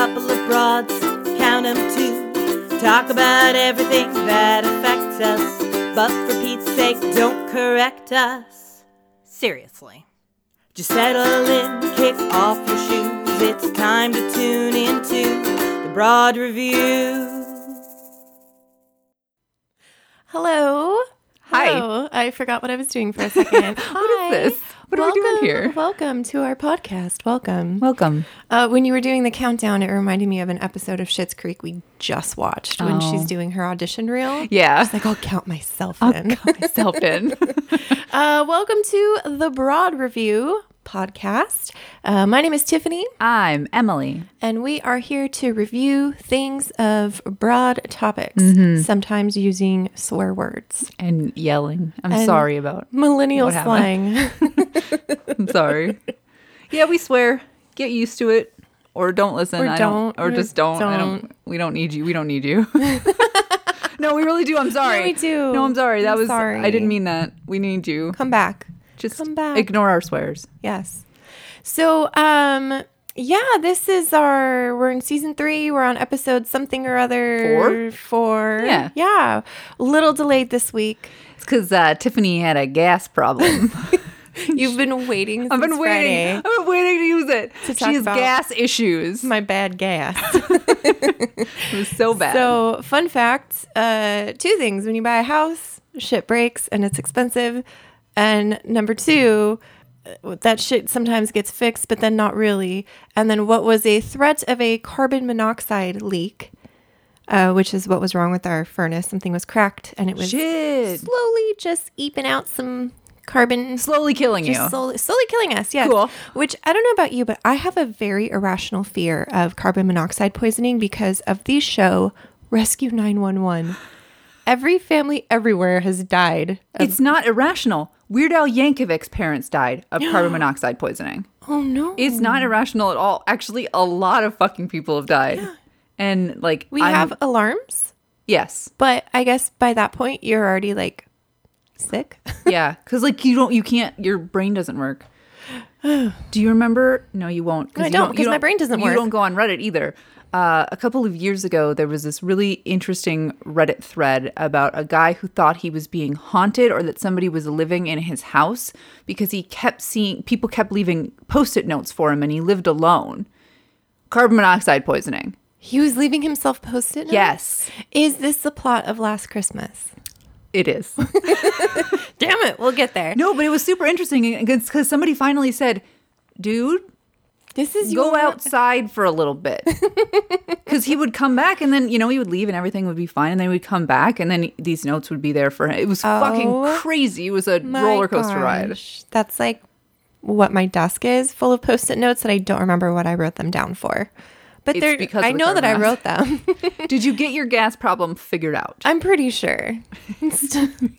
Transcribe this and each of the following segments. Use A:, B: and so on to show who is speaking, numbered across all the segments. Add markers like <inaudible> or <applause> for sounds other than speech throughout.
A: broads, count 'em two. Talk about everything that affects us, but for Pete's sake, don't correct us.
B: Seriously.
A: Just settle in, kick off your shoes. It's time to tune into the broad review.
C: Hello.
D: Hi.
C: Hello. I forgot what I was doing for a <laughs> second. Hi.
D: this? What are we
C: welcome,
D: doing here?
C: Welcome to our podcast. Welcome.
D: Welcome.
C: Uh, when you were doing the countdown, it reminded me of an episode of Schitt's Creek we just watched when
D: Oh.
C: she's doing her audition reel.
D: <laughs> Yeah.
C: She's like, I'll count myself in.
D: Myself in.
C: <laughs> uh, welcome to the Broad Review podcast. Uh, my name is Tiffany.
D: I'm Emily.
C: And we are here to review things of broad topics, sometimes using swear words.
D: And yelling. I'm sorry about.
C: Millennial
D: What happened?
C: <laughs> slang.
D: I'm sorry. <laughs> yeah, we swear. Get used to it. Or don't listen.
C: Or
D: I don't,
C: don't.
D: or just don't. I don't.
C: Don't.
D: We don't need you. We don't need you. <laughs> no, we really <laughs> do. I'm sorry.
C: we do.
D: No, I'm sorry. That
C: I'm
D: was.
C: sorry.
D: I didn't mean that. We need you.
C: Come back.
D: just
C: come back.
D: Ignore our swears.
C: Yes. So, um, yeah, this is our we're in season three. We're on episode something or other. Four. Four.
D: Yeah.
C: Yeah. Little delayed
D: <laughs>
C: this week.
D: It's because uh, Tiffany had a gas problem.
C: You've been
D: <laughs>
C: waiting.
D: I've been
C: since
D: waiting. <laughs>
C: Friday.
D: I've been waiting to use it.
C: talk
D: she has
C: about-
D: gas issues.
C: My bad gas.
D: It was so bad.
C: so, fun fact: uh, two things. When you buy a house, shit breaks and it's expensive. And number two. uh, That shit sometimes gets fixed, but then not really. And then, what was a threat of a carbon monoxide leak uh, which is what was wrong with our furnace. Something was cracked, and it was
D: Shit.
C: slowly just eeping out some carbon.
D: slowly killing you.
C: Just slowly, slowly killing us. Yes.
D: Cool.
C: Which I don't know about you, but I have a very irrational fear of carbon monoxide poisoning because of the show Rescue 911. Every family everywhere has died. Of,
D: It's not irrational. Weird Al Yankovic's parents died
C: <gasps>
D: of carbon monoxide poisoning.
C: oh no.
D: It's not irrational at all. Actually, a lot of fucking people have
C: <gasps>
D: died. And like
C: we
D: I'm-
C: have alarms,
D: yes,
C: but I guess by that point you're already like sick. <laughs>
D: yeah, <laughs> because like you don't, you can't, your brain doesn't work. Do you remember? No, you won't.
C: No, I
D: you
C: don't,
D: you
C: 'cause my brain doesn't work.
D: You don't go on Reddit either. Uh, a couple of years ago, there was this really interesting Reddit thread about a guy who thought he was being haunted or that somebody was living in his house because he kept seeing people kept leaving post it notes for him and he lived alone. Carbon monoxide poisoning.
C: He was leaving himself post-it notes?
D: Yes.
C: Is this the plot of Last Christmas?
D: It
C: <laughs>
D: is.
C: Damn it, we'll get there.
D: no, but it was super interesting because somebody finally said, dude,
C: This is
D: go
C: your-
D: outside for a little
C: <laughs>
D: bit because he would come back and then you know he would leave and everything would be fine and then he would come back and then these notes would be there for him it was
C: Oh
D: fucking crazy it was a
C: My
D: roller coaster ride
C: gosh. That's like what my desk is full of post-it notes that I don't remember what I wrote them down for. But
D: It's
C: they're
D: because
C: I
D: of the
C: know that I
D: carbon
C: wrote them. <laughs>
D: did you get your gas problem figured out
C: I'm pretty sure. <laughs>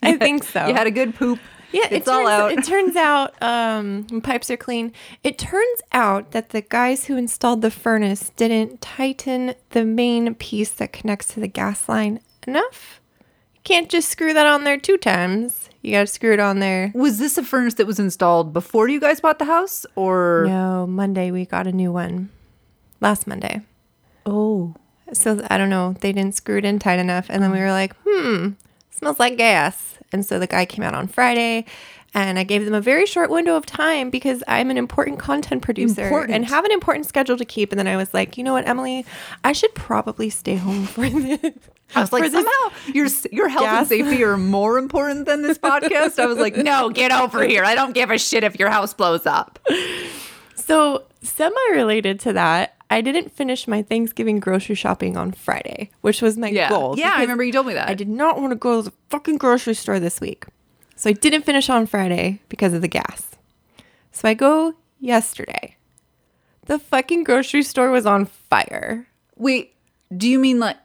C: I think so.
D: you had a good poop
C: Yeah,
D: it's
C: it turns,
D: all out
C: It turns out um, pipes are clean. It turns out that the guys who installed the furnace didn't tighten the main piece that connects to the gas line enough. You can't just screw that on there two times. You got to screw it on there.
D: <laughs> was this a furnace that was installed before you guys bought the house or
C: No, Monday we got a new one. Last Monday.
D: oh
C: So I don't know. They didn't screw it in tight enough, and
D: Mm.
C: then we were like, "Hmm, smells like gas." And so the guy came out on Friday, and I gave them a very short window of time because I'm an important content producer and
D: Important.
C: have an important schedule to keep. And then I was like, "You know what, Emily? I should probably stay home <laughs> for this."
D: I was
C: for
D: like,
C: this-
D: somehow your s- your health
C: gas-
D: and safety are more important than
C: <laughs>
D: this podcast. I was like, no, get over here. I don't give a shit if your house blows up.
C: So, semi related to that, I didn't finish my Thanksgiving grocery shopping on Friday, which was my
D: Yeah,
C: goal.
D: yeah. I
C: because
D: remember you told me that.
C: I did not want to go to the fucking grocery store this week. So I didn't finish on Friday because of the gas. So I go yesterday. The fucking grocery store was on fire.
D: Wait, do you mean like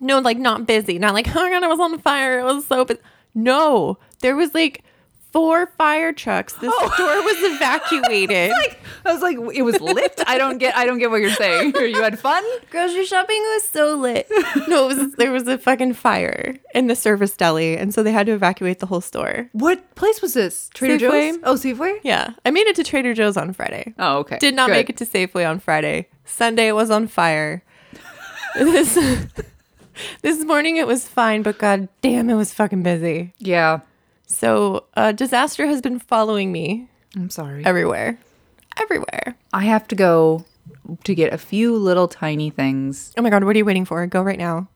C: No, like not busy. Not like, <laughs> oh my God, it was on fire. It was so busy. No, there was like four fire trucks. <laughs> The store was <laughs> evacuated.
D: like I was like it was lit? I don't get I don't get what you're saying. <laughs> You had fun?
C: grocery shopping was so lit. <laughs> no, it was, there was a fucking fire in the service deli. And so they had to evacuate the whole store.
D: What place was this? Trader
C: Safeway.
D: Joe's? Oh, Safeway?
C: Yeah. I made it to Trader Joe's on Friday.
D: Oh, okay.
C: Did not
D: Good.
C: make it to Safeway on Friday. Sunday was on fire. <laughs> this this morning it was fine, but god damn, it was fucking busy.
D: Yeah.
C: So uh, disaster has been following me
D: I'm sorry.
C: everywhere, everywhere.
D: I have to go to get a few little tiny things.
C: Oh my god, what are you waiting for? Go
D: <laughs>
C: right now.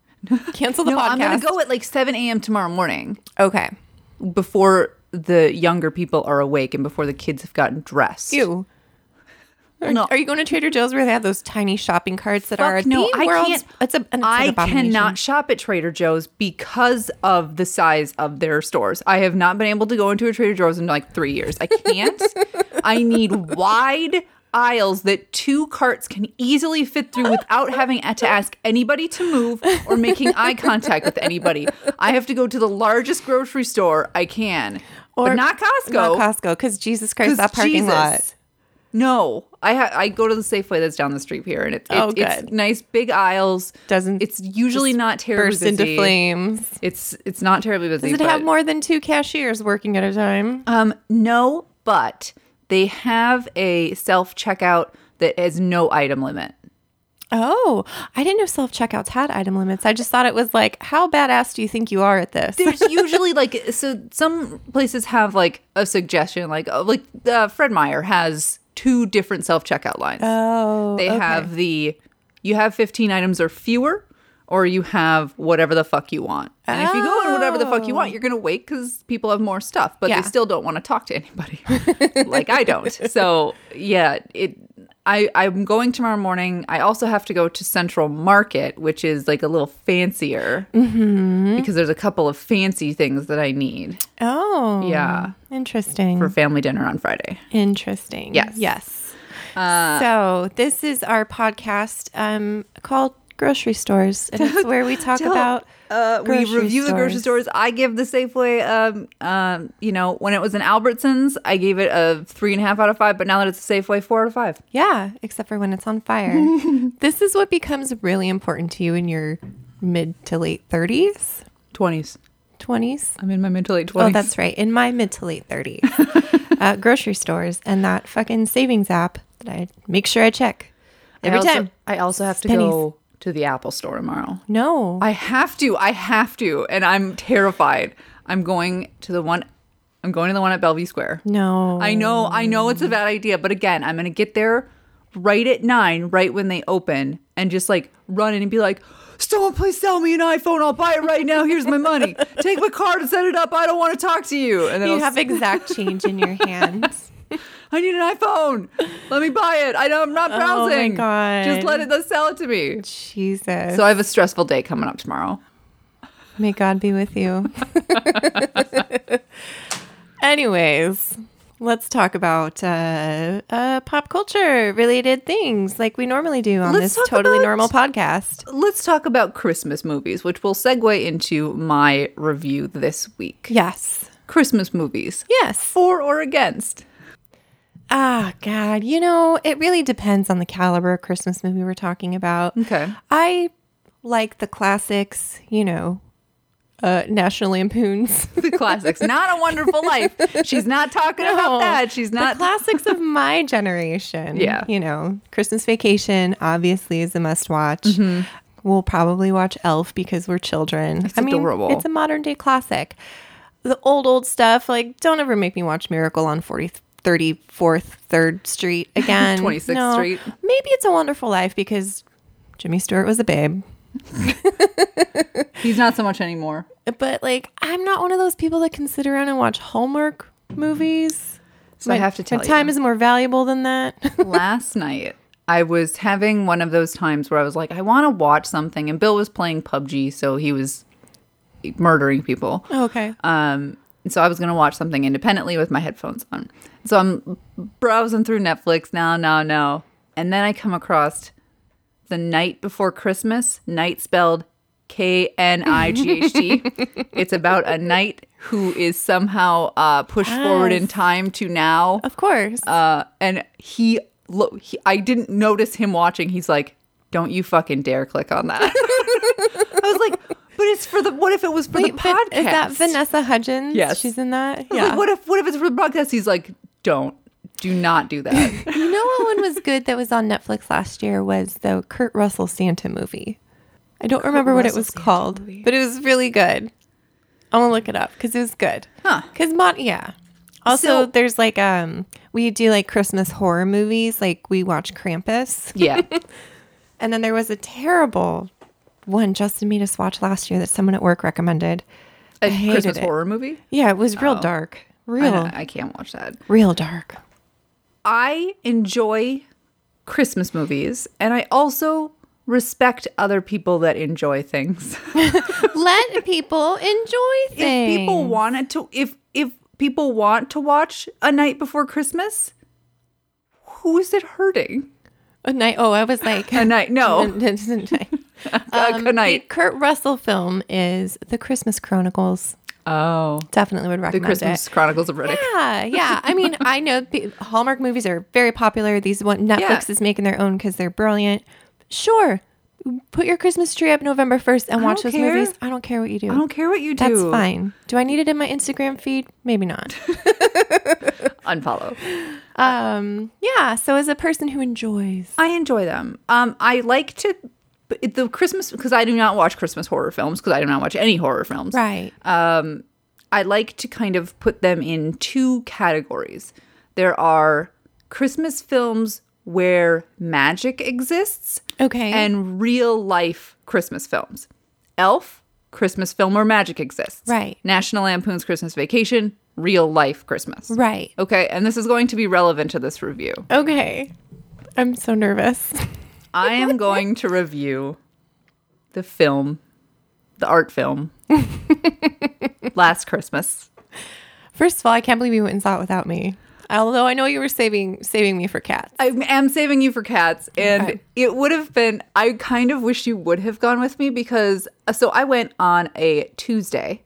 C: Cancel the
D: No,
C: podcast.
D: I'm going to go at like 7 a.m. tomorrow morning
C: Okay.
D: before the younger people are awake and before the kids have gotten dressed.
C: You. Are,
D: No.
C: are you going to Trader Joe's where they have those tiny shopping carts that
D: Fuck
C: are
D: no,
C: the
D: I
C: world's-
D: can't.
C: It's a, an, it's
D: I
C: an abomination.
D: cannot shop at Trader Joe's because of the size of their stores. I have not been able to go into a Trader Joe's in like three years. I
C: <laughs>
D: can't. I need wide aisles that two carts can easily fit through without having to ask anybody to move or making eye contact with anybody. I have to go to the largest grocery store I can, or but not Costco.
C: Not Costco, because Jesus Christ,
D: 'Cause
C: that parking
D: Jesus.
C: lot.
D: No, I ha- I go to the Safeway that's down the street here, and it's
C: Oh,
D: it's, it's
C: good.
D: nice big aisles.
C: Doesn't
D: it's usually not terribly
C: Burst into
D: busy.
C: flames.
D: It's it's not terribly busy.
C: Does it have
D: but-
C: more than two cashiers working at a time?
D: Um, no, but they have a self checkout that has no item limit.
C: Oh, I didn't know self checkouts had item limits. I just thought it was like, how badass do you think you are at this?
D: There's usually like so some places have like a suggestion like oh, like uh, Fred Meyer has two different self checkout lines.
C: <laughs> oh,
D: they
C: okay.
D: have the you have 15 items or fewer or you have whatever the fuck you want and if you go in whatever the fuck you want you're gonna wait because people have more stuff but
C: Oh. Yeah.
D: they still don't want to talk to
C: <laughs>
D: anybody like i don't so yeah it I, I'm going tomorrow morning. I also have to go to Central Market, which is like a little fancier
C: Mm-hmm.
D: because there's a couple of fancy things that I need
C: Oh,
D: Yeah.
C: Interesting.
D: for family dinner on Friday.
C: Interesting.
D: Yes.
C: Yes. Uh, so this is our podcast um, called Grocery Stores, and <laughs> it's where we talk about
D: uh, we
C: grocery
D: review the grocery
C: stores.
D: stores. I give the Safeway, um, um, you know, when it was an Albertsons, I gave it a three and a half out of five. But now that it's a Safeway, four out of five.
C: Yeah, except for when it's on <laughs> fire. this is what becomes really important to you in your mid to late thirties,
D: Twenties.
C: twenties.
D: I'm in my mid to late
C: Oh,
D: twenties.
C: that's right. In my mid to late thirties, uh, grocery stores and that fucking savings app that I make sure I check every
D: I also,
C: time.
D: I also have to
C: Pennies.
D: go to the Apple Store tomorrow.
C: No,
D: I have to. I have to, and I'm terrified. I'm going to the one. I'm going to the one at Bellevue Square.
C: no.
D: I know, I know it's a bad idea, but again, I'm gonna get there right at nine, right when they open, and just like run in and be like, "Someone please sell me an iPhone. I'll buy it right now. Here's my money. Take my card and set it up. I don't want to talk to you." And then
C: You
D: I'll
C: have
D: s- <laughs>
C: exact change in your hands.
D: I need an iPhone. Let me buy it. I know I'm not
C: Oh my
D: browsing.
C: God.
D: Just let it. Just sell it to me.
C: Jesus.
D: So I have a stressful day coming up tomorrow.
C: May God be
D: <laughs>
C: with you. Anyways, let's talk about uh, uh, pop culture related things like we normally do on
D: Let's
C: this
D: talk
C: totally
D: about-
C: normal podcast.
D: Let's talk about Christmas movies, which will segue into my review this week.
C: Yes.
D: Christmas movies,
C: Yes.
D: for or against?
C: Ah, God. You know, it really depends on the caliber of Christmas movie we're talking about.
D: Okay.
C: I like the classics, you know, uh, National Lampoon's.
D: the classics. Not a wonderful life. She's not talking about
C: No,
D: that. She's not.
C: the classics of my generation.
D: Yeah.
C: you know, Christmas Vacation obviously is a must-watch.
D: Mm-hmm.
C: We'll probably watch Elf because we're children. It's
D: adorable.
C: It's a modern-day classic. The old old stuff, like don't ever make me watch Miracle on 40, 34th,
D: <laughs>
C: 3rd Street again.
D: 26th
C: No.
D: Street.
C: Maybe it's a Wonderful Life because Jimmy Stewart was a babe.
D: he's not so much anymore.
C: But like, I'm not one of those people that can sit around and watch Hallmark movies.
D: So I have to tell
C: my time is more valuable than that. <laughs>
D: you. Last night, I was having one of those times where I was like, I want to watch something, and Bill was playing PUBG, so he was murdering people.
C: okay.
D: Um, and so I was going to watch something independently with my headphones on. So I'm browsing through Netflix now, now, now. And then I come across The Night Before Christmas, night spelled K N I G H
C: <laughs>
D: T. It's about a knight who is somehow uh, pushed forward in time to now.
C: Of course.
D: Uh, and he, look, he, I didn't notice him watching. He's like, don't you fucking dare click on that. <laughs> I was like, but it's for the, what if it was for the
C: But
D: podcast?
C: Is that Vanessa Hudgens?
D: Yes.
C: She's in that.
D: I was <laughs> like, what if what if it's for the broadcast? He's like, don't, do not do that.
C: <laughs>
D: <laughs>
C: you know what one was good that was on Netflix last year was the Kurt Russell Santa movie. I don't remember what it
D: was
C: was
D: the actual
C: called,
D: movie?
C: but it was really good. I'm gonna look it up because it was good.
D: Huh.
C: Because Mon, yeah. Also,
D: So-
C: there's like um, we do like Christmas horror movies. Like we watch Krampus,
D: Yeah.
C: and then there was a terrible one Justin made us watch last year that someone at work recommended.
D: A
C: hated
D: Christmas
C: it.
D: horror movie?
C: Yeah, it was real dark,
D: I,
C: real,
D: don't- Oh. I can't watch that.
C: real dark.
D: I enjoy Christmas movies and I also respect other people that enjoy things. <laughs>
C: Let people enjoy things.
D: If people wanted to if if people want to watch A Night Before Christmas, who is it hurting?
C: a night. Oh, I was like
D: A night
C: <laughs>
D: no. <laughs> a
C: Um,
D: a night.
C: The Kurt Russell film is The Christmas Chronicles.
D: Oh.
C: Definitely would
D: The
C: recommend
D: Christmas
C: it.
D: Chronicles of Riddick.
C: Yeah, yeah. I
D: <laughs>
C: mean, I know pe- Hallmark movies are very popular. These one Netflix
D: Yeah.
C: is making their own because they're brilliant. Sure, put your Christmas tree up November first and watch
D: don't
C: those
D: care.
C: movies. I don't care what you do.
D: I don't care what you do.
C: That's fine. Do I need it in my Instagram feed? Maybe
D: <laughs>
C: not.
D: Unfollow.
C: Um, yeah. So as a person who enjoys,
D: I enjoy them. Um, I like to but it- the Christmas because I do not watch Christmas horror films because I do not watch any horror films.
C: right?
D: Um, I like to kind of put them in two categories. There are Christmas films where magic exists,
C: Okay.
D: and real life Christmas films. Elf, Christmas film where magic exists.
C: Right.
D: National Lampoon's Christmas Vacation, real life Christmas.
C: right.
D: Okay, and this is going to be relevant to this review.
C: Okay. I'm so nervous. <laughs>
D: I am going to review the film, the art
C: <laughs>
D: film, Last Christmas.
C: First of all, I can't believe you went and saw it without me. Although I know you were saving saving me for cats.
D: I am saving you for cats, and
C: Okay.
D: it would have been. I kind of wish you would have gone with me because so I went on a
C: <laughs>
D: Tuesday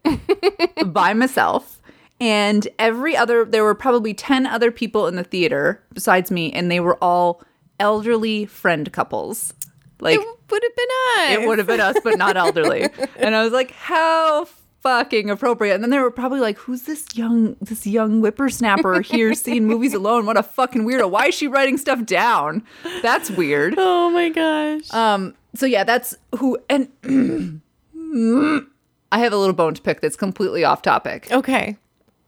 D: by myself, and every other there were probably ten other people in the theater besides me, and they were all elderly friend couples. Like
C: it would have been us.
D: It would have been us, but not elderly. and I was like, how fucking appropriate. And then they were probably like, who's this young this young whippersnapper here seeing movies alone? What a fucking weirdo. Why is she writing stuff down? That's weird.
C: Oh my gosh.
D: Um so yeah, that's who and <clears throat> I have a little bone to pick that's completely off topic
C: okay.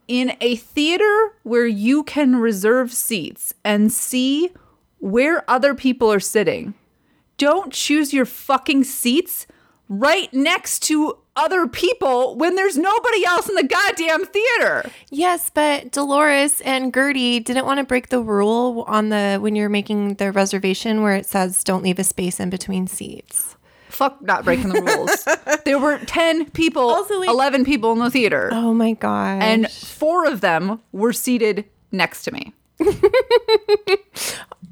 D: in a theater where you can reserve seats and see where other people are sitting. Don't choose your fucking seats right next to other people when there's nobody else in the goddamn theater.
C: Yes, but Dolores and Gertie didn't want to break the rule on the when you're making the reservation where it says don't leave a space in between seats.
D: Fuck not breaking the rules. <laughs> there were 10 people,
C: Also, like-
D: 11 people in the theater,
C: Oh my gosh.
D: and four of them were seated next to me.
C: you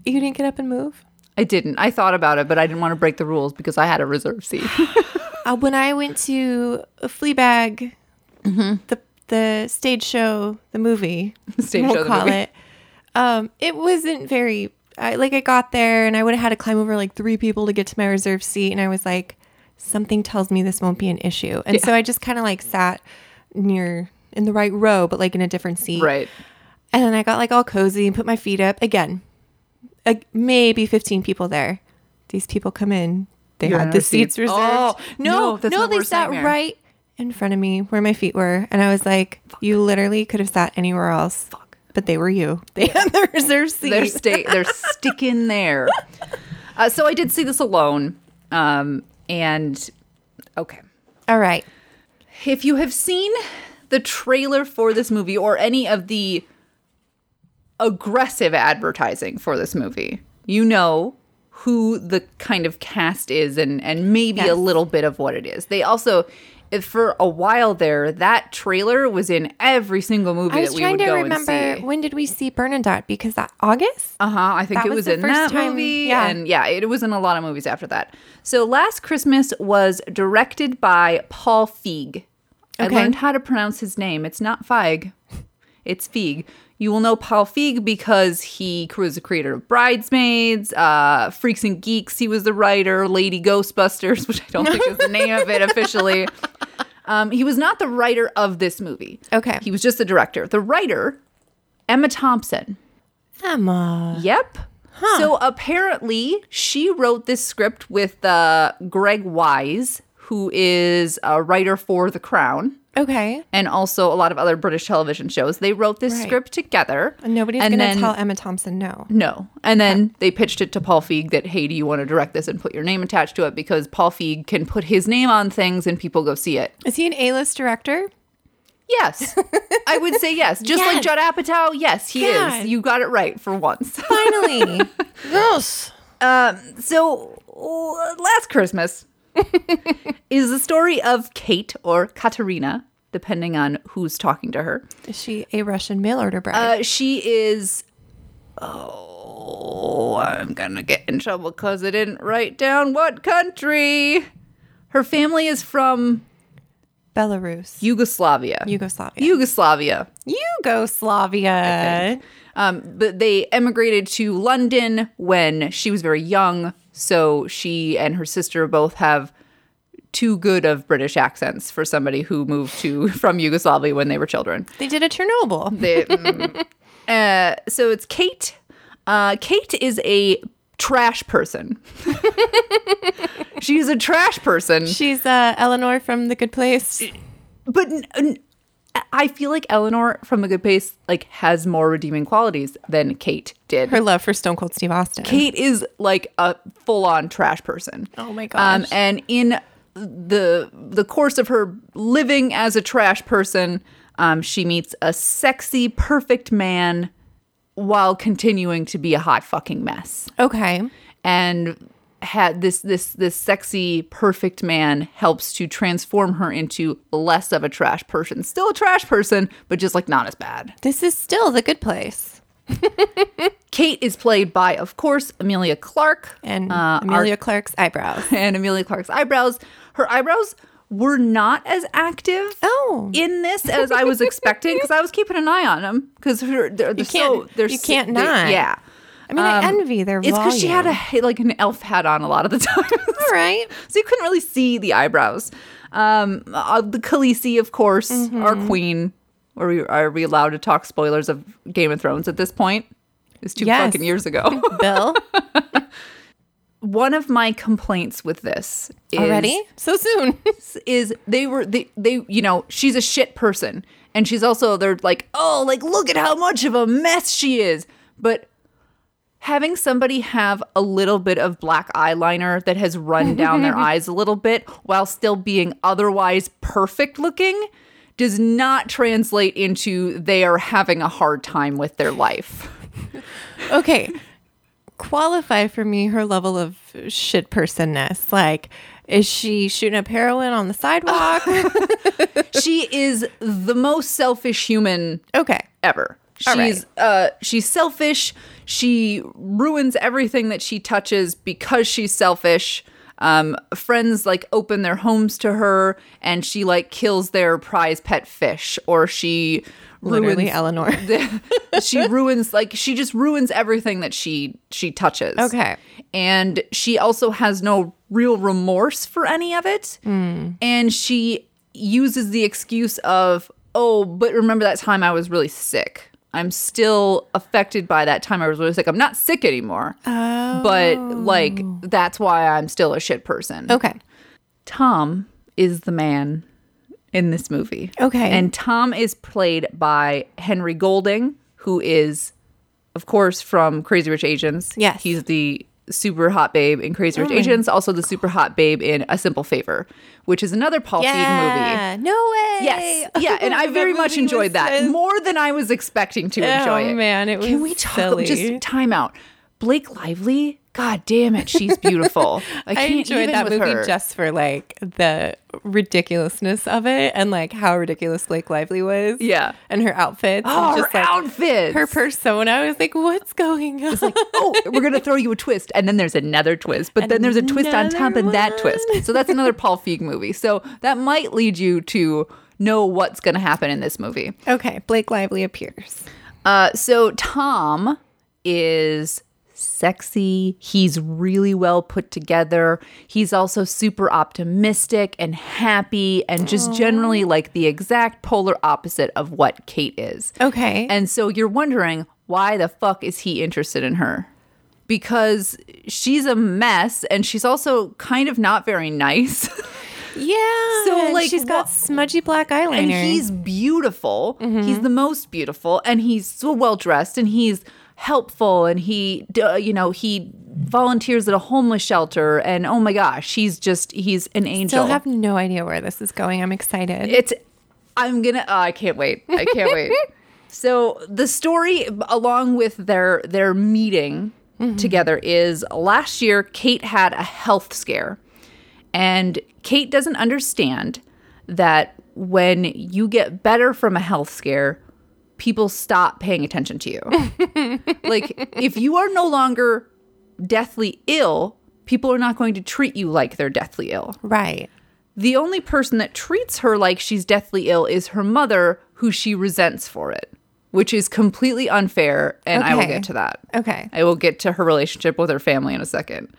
C: didn't get up and move?
D: I didn't. I thought about it, but I didn't want to break the rules because I had a reserve <laughs> seat.
C: Uh, when I went to Fleabag, the the stage show, the movie,
D: Stage
C: we'll
D: show, Mm-hmm. <laughs> the
C: call
D: movie.
C: it. Um, it wasn't very. I, like I got there and I would have had to climb over like three people to get to my reserved seat, and I was like, something tells me this won't be an issue, and so I just kind of like sat near in the right row, but like in a different seat,
D: Right.
C: And then I got like all cozy and put my feet up again. Like, maybe fifteen people there. These people come in. They
D: You're in
C: had the
D: our seats.
C: seats reserved.
D: Oh,
C: no,
D: no,
C: no,
D: that's my
C: they
D: worst
C: sat
D: nightmare.
C: right in front of me where my feet were, and I was like, "You literally could have sat anywhere else." But they were you.
D: <laughs>
C: They had the reserved seat.
D: They're sta- they're sticking
C: <laughs>
D: there. Uh, so I did see this alone, um, and okay.
C: All right.
D: If you have seen the trailer for this movie or any of the aggressive advertising for this movie, you know who the kind of cast is and and maybe a
C: Yes.
D: little bit of what it is. They also. if For a while there, that trailer was in every single movie
C: I was
D: that we would
C: trying to
D: go and
C: remember
D: see.
C: when did we see Bernadette? Because that August.
D: Uh huh. I think
C: That
D: it was,
C: was the
D: in
C: first
D: that
C: time-
D: movie.
C: yeah.
D: And yeah, it was in a lot of movies after that. So Last Christmas was directed by Paul Feig. I
C: Okay.
D: learned how to pronounce his name. It's not Feig. It's Feig. You will know Paul Feig because he was the creator of Bridesmaids, uh, Freaks and Geeks. He was the writer, Lady Ghostbusters, <laughs> which I don't think is the name of it
C: <laughs>
D: officially. Um, he was not the writer of this movie.
C: Okay.
D: He was just the director. The writer, Emma Thompson.
C: Emma.
D: Yep. So apparently, she wrote this script with uh, Greg Wise, who is a writer for The Crown
C: Okay.
D: and also a lot of other British television shows. They wrote this
C: Right.
D: script together.
C: And nobody's
D: and
C: going
D: then-
C: to tell Emma Thompson no.
D: No. And then they pitched it to Paul Feig that, hey, do you want to direct this and put your name attached to it? Because Paul Feig can put his name on things and people go see it.
C: Is he an A list director? <laughs>
D: Yes. I would say yes. Just like
C: Yes.
D: Judd Apatow, yes, he
C: God.
D: is. You got it right for once. <laughs>
C: Finally. yes.
D: Um, so, l- last Christmas is the story of Kate or Katerina, depending on who's talking to her.
C: Is she a Russian mail order bride?
D: Uh, she is. Oh, I'm gonna get in trouble because I didn't write down what country. Her family is from
C: Belarus.
D: Yugoslavia.
C: Yugoslavia.
D: Yugoslavia.
C: Yugoslavia.
D: Um, but they emigrated to London when she was very young. So she and her sister both have too good of British accents for somebody who moved to <laughs> from Yugoslavia when they were children.
C: They did a Chernobyl.
D: They- mm. Uh, so it's Kate. Uh, Kate is a trash person. <laughs> She's a trash person,
C: She's uh, Eleanor from The Good Place.
D: but n- n- I feel like Eleanor from The Good Place like has more redeeming qualities than Kate did.
C: Her love for Stone Cold Steve Austin.
D: Kate is like a full-on trash person. Um,
C: Oh my gosh.
D: and in the the course of her living as a trash person, um, she meets a sexy, perfect man while continuing to be a hot fucking mess.
C: Okay.
D: And had this this this sexy, perfect man helps to transform her into less of a trash person. Still a trash person, but just like not as bad.
C: This is still The Good Place.
D: Kate is played by, of course, Amelia Clark
C: And
D: uh, our
C: Amelia Clark's eyebrows.
D: <laughs> and Amelia Clark's eyebrows. Her eyebrows were not as active
C: <laughs> Oh.
D: in this as I was expecting because I was keeping an eye on them because they're, they're, they're so
C: can't-
D: they're
C: you
D: so-
C: can't
D: they-
C: not.
D: yeah.
C: I mean, I
D: Um,
C: envy their
D: It's because she had a ha- like an elf hat on a lot of the <laughs> time,
C: All right.
D: so you couldn't really see the eyebrows. Um, uh, the Khaleesi, of course, our
C: Mm-hmm.
D: queen. Are we are we allowed to talk spoilers of Game of Thrones at this point? It's two
C: Yes.
D: fucking years ago.
C: <laughs> Bill.
D: One of my complaints with this is
C: Already? So soon. <laughs>
D: is they were they, they you know she's a shit person and she's also they're like oh like look at how much of a mess she is but having somebody have a little bit of black eyeliner that has run down their eyes a little bit while still being otherwise perfect looking does not translate into they are having a hard time with their life
C: okay. Qualify for me her level of shit personness. Like, is she shooting up heroin on the <laughs> sidewalk?
D: she is the most selfish human
C: okay.
D: ever.
C: All right.
D: She's uh she's selfish. She ruins everything that she touches because she's selfish. Um, friends like open their homes to her, and she like kills their prize pet fish, or she
C: Literally,
D: ruins.
C: Eleanor. <laughs>
D: she ruins like she just ruins everything that she she touches.
C: Okay.
D: And she also has no real remorse for any of it. And she uses the excuse of, "Oh, but remember that time I was really sick. I'm still affected by that time I was really sick. I'm not sick anymore. But like that's why I'm still a shit person."
C: okay.
D: Tom is the man in this movie.
C: Okay.
D: And Tom is played by Henry Golding, who is, of course, from Crazy Rich Asians.
C: Yes. Oh
D: He's the super hot babe in Crazy Rich Asians, also the super hot babe in A Simple Favor, which is another Paul Feig movie.
C: Yeah. No way. <laughs>
D: Yes. Yeah, and I
C: That
D: very much
C: movie was
D: enjoyed that
C: just-
D: more than I was expecting to enjoy
C: Oh,
D: it.
C: man, it
D: Can
C: was
D: we talk
C: silly.
D: just time out? Blake Lively, god damn it, she's
C: <laughs>
D: beautiful. I
C: I
D: can't
C: enjoyed
D: even
C: that
D: with
C: movie
D: her.
C: just for like the ridiculousness of it and like how ridiculous Blake Lively was.
D: Yeah.
C: And her outfits. and
D: Oh,
C: just,
D: her
C: like,
D: outfits.
C: Her persona. I was like, what's going on?
D: like, <laughs> oh, we're going to throw you a twist. And then there's another twist. But then there's a twist on top of that
C: Another
D: twist. So that's another Paul Feig movie. So that might lead you to know what's going to happen in this movie.
C: okay. Blake Lively appears.
D: Uh, so Tom is sexy. He's really well put together. He's also super optimistic and happy and just generally like the exact polar opposite of what Kate is.
C: Okay.
D: And so you're wondering why the fuck is he interested in her? because she's a mess and she's also kind of not very nice. <laughs>
C: Yeah.
D: So,
C: and
D: like,
C: she's got
D: what-
C: smudgy black eyeliner.
D: and he's beautiful.
C: Mm-hmm.
D: He's the most beautiful, and he's so well dressed, and he's helpful, and he, d- uh, you know, he volunteers at a homeless shelter, and oh my gosh, he's just he's an angel.
C: still have no idea where this is going. I'm excited.
D: it's I'm gonna. oh, I can't wait. I can't wait. So the story, along with their their meeting together, is last year Kate had a health scare, and Kate doesn't understand that when you get better from a health scare, people stop paying attention to you. like if you are no longer deathly ill, people are not going to treat you like they're deathly ill.
C: right.
D: The only person that treats her like she's deathly ill is her mother, who she resents for it, which is completely unfair. And I will
C: Okay.
D: get to that.
C: Okay.
D: I will get to her relationship with her family in a second.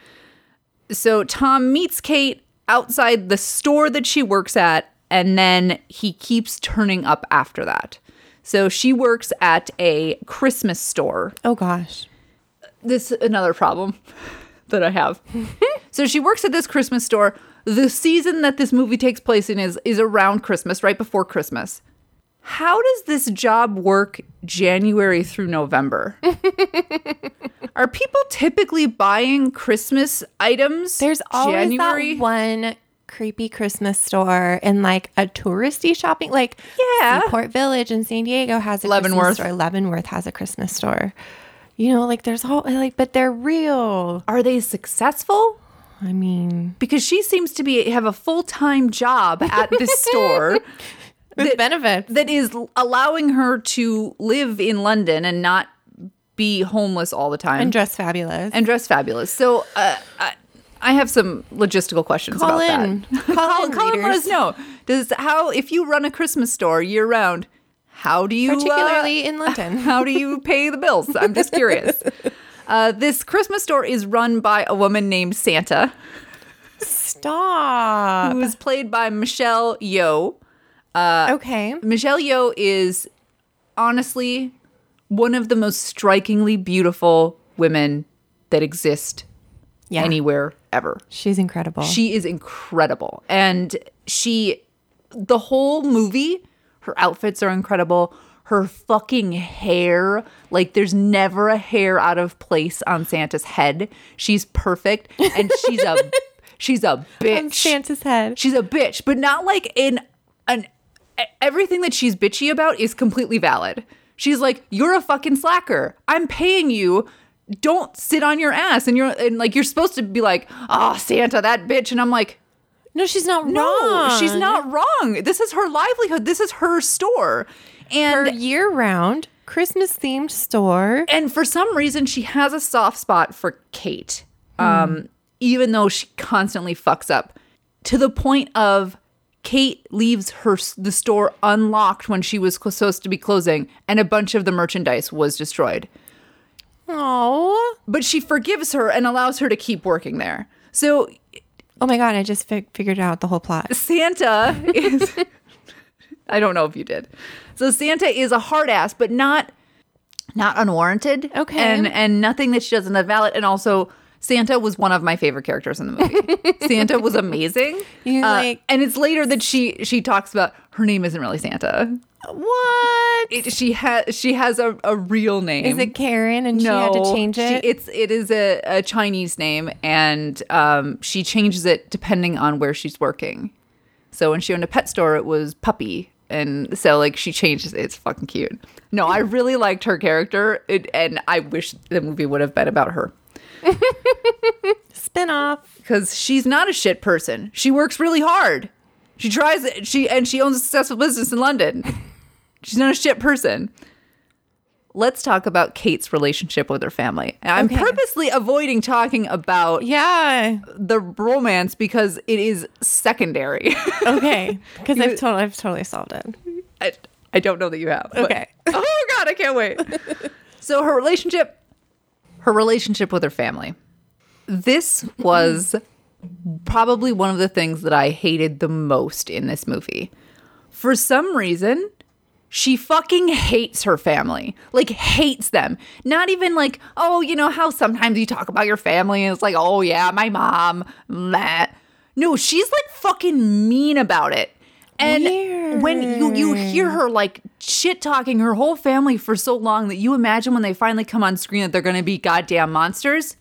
D: So Tom meets Kate outside the store that she works at, and then he keeps turning up after that. So she works at a Christmas store
C: Oh gosh.
D: this another problem <laughs> that I <laughs> have. so she works at this Christmas store. The season that this movie takes place in is is around Christmas, right before Christmas. How does this job work January through <laughs> November? Are people typically buying Christmas items?
C: There's always
D: January?
C: that one creepy Christmas store in like a touristy shopping like
D: Yeah.
C: Seaport Village in San Diego has a
D: Leavenworth.
C: Christmas store. Leavenworth has a Christmas store. You know, like there's all like, but they're real.
D: Are they successful?
C: I mean,
D: Because she seems to be have a full time job at this <laughs> store.
C: with benefits.
D: that is l- allowing her to live in London and not be homeless all the time
C: and dress fabulous.
D: and dress fabulous. So uh, I, I have some logistical questions
C: Call
D: about <laughs>
C: in.
D: that.
C: Call in,
D: call let us
C: readers.
D: know. Does how if you run a Christmas store year round, how do you uh,
C: particularly in
D: <laughs>
C: London.
D: how do you pay the bills? I'm just
C: <laughs>
D: curious. Uh, this Christmas store is run by a woman named Santa,
C: Stop. <laughs>
D: who's played by Michelle Yeoh. Uh,
C: okay.
D: Michelle Yeoh is honestly one of the most strikingly beautiful women that exist
C: Yeah.
D: anywhere ever.
C: She's incredible.
D: She is incredible. And she, the whole movie, her outfits are incredible. Her fucking hair, like there's never a hair out of place on Santa's head. She's perfect. And she's
C: <laughs>
D: a, she's a bitch.
C: on Santa's head.
D: She's a bitch, but not like in an e, everything that she's bitchy about is completely valid. She's like, "You're a fucking slacker. I'm paying you. Don't sit on your ass." And you're and like you're supposed to be like, "Oh, Santa, that bitch." And I'm like,
C: No, she's not
D: "No,
C: wrong.
D: she's not wrong. This is her livelihood. This is her store." And
C: Her year-round Christmas themed store.
D: and for some reason she has a soft spot for Kate. Um even though she constantly fucks up to the point of Kate leaves her the store unlocked when she was cl- supposed to be closing and a bunch of the merchandise was destroyed.
C: Oh.
D: But she forgives her and allows her to keep working there. So
C: Oh my god, I just fi- figured out the whole plot.
D: Santa
C: <laughs>
D: is I don't know if you did. So Santa is a hard ass, but not not unwarranted.
C: Okay.
D: And and nothing that she does in the valid and also Santa was one of my favorite characters in the
C: <laughs>
D: movie. Santa was amazing. Uh,
C: You, like-
D: and it's later that she she talks about her name isn't really Santa.
C: What?
D: It, she has she has a, a real name.
C: Is it Karen and she had to change
D: she-
C: it?
D: it's it is a, a Chinese name, and um, she changes it depending on where she's working. So when she owned a pet store, it was Puppy, and so like she changes. It. It's fucking cute. No, I really liked her character, it, and I wish the movie would have been about her
C: Spin off.
D: because she's not a shit person. She works really hard. She tries. She and she owns a successful business in London. <laughs> She's not a shit person. Let's talk about Kate's relationship with her family. And I'm
C: Okay.
D: purposely avoiding talking about
C: Yeah.
D: the romance because it is secondary. <laughs>
C: Okay. Because I've totally I've totally solved it.
D: I, I don't know that you have. but-
C: Okay.
D: <laughs> oh god, I can't wait. <laughs> so her relationship her relationship with her family. This was probably one of the things that I hated the most in this movie. For some reason, She fucking hates her family. Like hates them. Not even like, oh, you know how sometimes you talk about your family and it's like, oh yeah, my mom, that. No, she's like fucking mean about it. And when you you hear her like shit talking her whole family for so long that you imagine when they finally come on screen that they're gonna be goddamn monsters.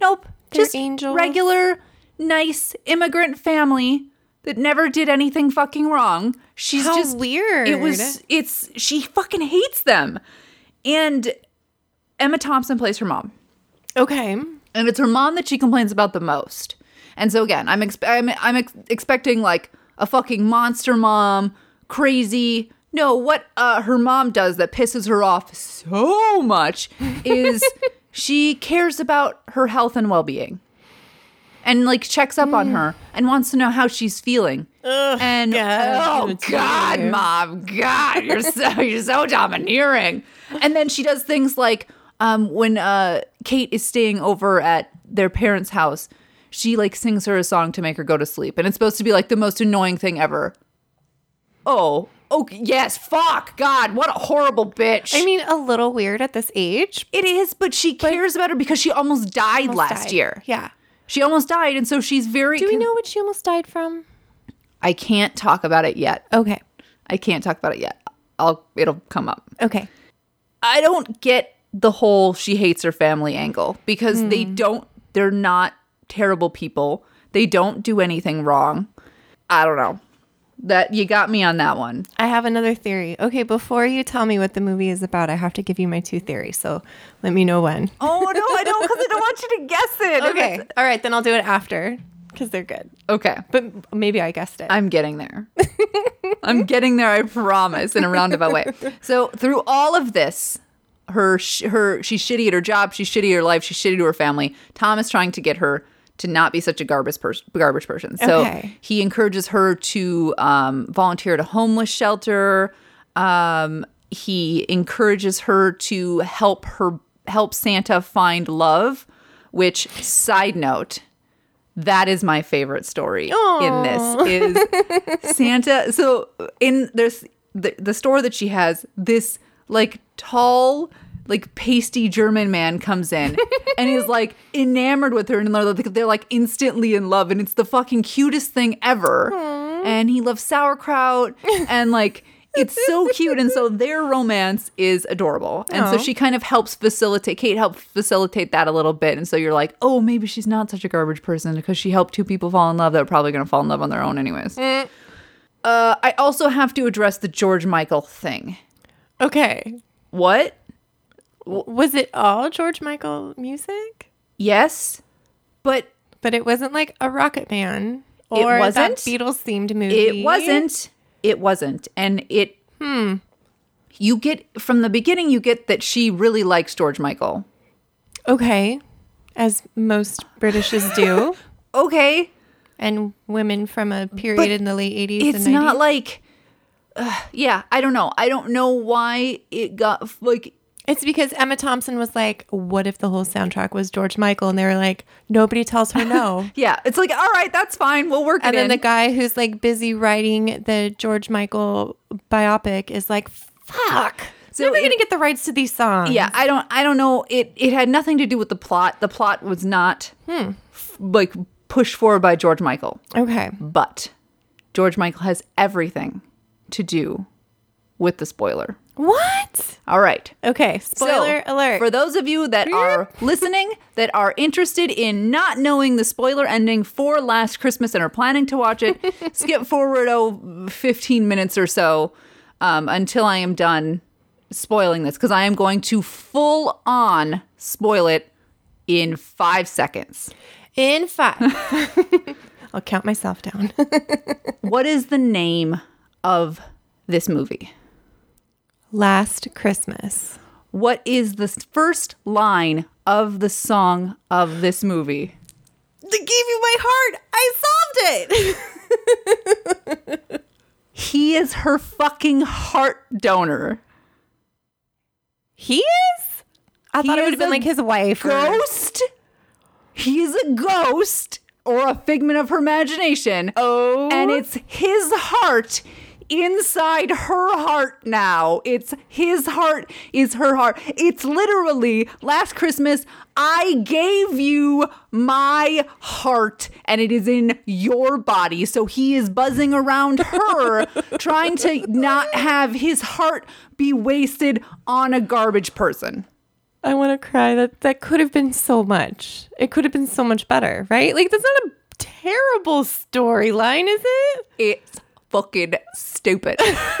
D: Nope.
C: They're
D: just
C: angels.
D: regular, nice immigrant family that never did anything fucking wrong. She's
C: How
D: just
C: weird.
D: It was it's she fucking hates them. And Emma Thompson plays her mom.
C: Okay.
D: And it's her mom that she complains about the most. And so again, I'm exp- I'm, I'm ex- expecting like a fucking monster mom, crazy. No, what uh, her mom does that pisses her off so much
C: <laughs>
D: is she cares about her health and well-being. And like checks up
C: Mm.
D: on her and wants to know how she's feeling. and
C: God,
D: oh
C: it's
D: god,
C: weird.
D: mom. Mom, God, you're so <laughs> you're so domineering. And then she does things like um, when uh, Kate is staying over at their parents' house, she like sings her a song to make her go to sleep, and it's supposed to be like the most annoying thing ever. Oh, oh yes, fuck, God, what a horrible bitch.
C: I mean, a little weird at this age.
D: it is, but she cares about her because she almost died last
C: Died.
D: year.
C: Yeah.
D: She almost died, and so she's very.
C: Do we
D: con-
C: know what she almost died from?
D: I can't talk about it yet.
C: Okay.
D: I can't talk about it yet. I'll. It'll come up.
C: Okay.
D: I don't get the whole she hates her family angle because they don't they're not terrible people. They don't do anything wrong. I don't know. That you got me on that one.
C: I have another theory. Okay, before you tell me what the movie is about, I have to give you my two theories. So let me know when.
D: Oh no, I don't because I don't want you to guess <laughs> it.
C: Okay. All right, then I'll do it after because they're good.
D: Okay.
C: But m- maybe I guessed it.
D: I'm getting there. I'm getting there, I promise, in a roundabout way. So through all of this, her sh- her she's shitty at her job, she's shitty at her life, she's shitty to her family. Tom is trying to get her to not be such a garbage person, garbage person. So
C: Okay.
D: he encourages her to um, volunteer at a homeless shelter. Um, he encourages her to help her help Santa find love. Which side note, that is my favorite story in this is Santa. So in there's the, the store that she has this like tall like pasty German man comes in and is like enamored with her and they're like, they're like instantly in love and it's the fucking cutest thing ever. And he loves sauerkraut and like it's so cute and so their romance is adorable. And so
C: Aw.
D: she she kind of helps facilitate Kate helps facilitate that a little bit and so you're like oh maybe she's not such a garbage person because she helped two people fall in love that are probably going to fall in love on their own anyways uh, i also have to address the george michael thing
C: okay.
D: what
C: W- was it all George Michael music?
D: yes but
C: But it wasn't like a Rocket Man
D: It
C: or
D: wasn't.
C: that Beatles themed movie.
D: it wasn't it wasn't and it hmm you get from the beginning you get that she really likes george michael
C: Okay. As most
D: <laughs>
C: Britishes do.
D: okay
C: and women from a period
D: But
C: in the late 80s
D: it's
C: and 90s.
D: not like Ugh, yeah i don't know i don't know why it got like
C: It's because Emma Thompson was like, "What if the whole soundtrack was George Michael?" And they were like, "Nobody tells her
D: <laughs>
C: no."
D: Yeah, it's like, all right, that's fine. We'll work
C: and
D: it
C: then the
D: in.
C: guy who's like busy writing the George Michael biopic is like, "Fuck,
D: So
C: so never
D: it-
C: gonna get the rights to these songs."
D: yeah, I don't, I don't know. It it had nothing to do with the plot. The plot was not
C: Hmm.
D: f- like pushed forward by George Michael,
C: Okay.
D: but George Michael has everything to do with the spoiler.
C: What?
D: All right.
C: Okay. Spoiler
D: So,
C: alert.
D: For those of you that are <laughs> listening, that are interested in not knowing the spoiler ending for Last Christmas and are planning to watch
C: <laughs>
D: it, skip forward oh 15 minutes or so um, until I am done spoiling this because I am going to full on spoil it in five seconds.
C: in <laughs> five. I'll count myself down. <laughs>
D: what is the name of this movie?
C: Last Christmas.
D: What is the first line of the song of this movie?
C: They gave you my heart. I solved it.
D: He is her fucking heart donor.
C: <laughs> He is. I
D: He
C: thought it
D: is
C: would have been
D: a
C: like his wife. or-
D: Ghost? He is a ghost or a figment of her imagination.
C: Oh.
D: And it's his heart inside her heart now. It's his heart is her heart. It's literally last Christmas, I gave you my heart and it is in your body. So he is buzzing around her, trying to not have his heart be wasted on a garbage person.
C: I want to cry. That that could have been so much. It could have been so much better, right? Like that's not a terrible storyline, is it?
D: It's fucking stupid. <laughs>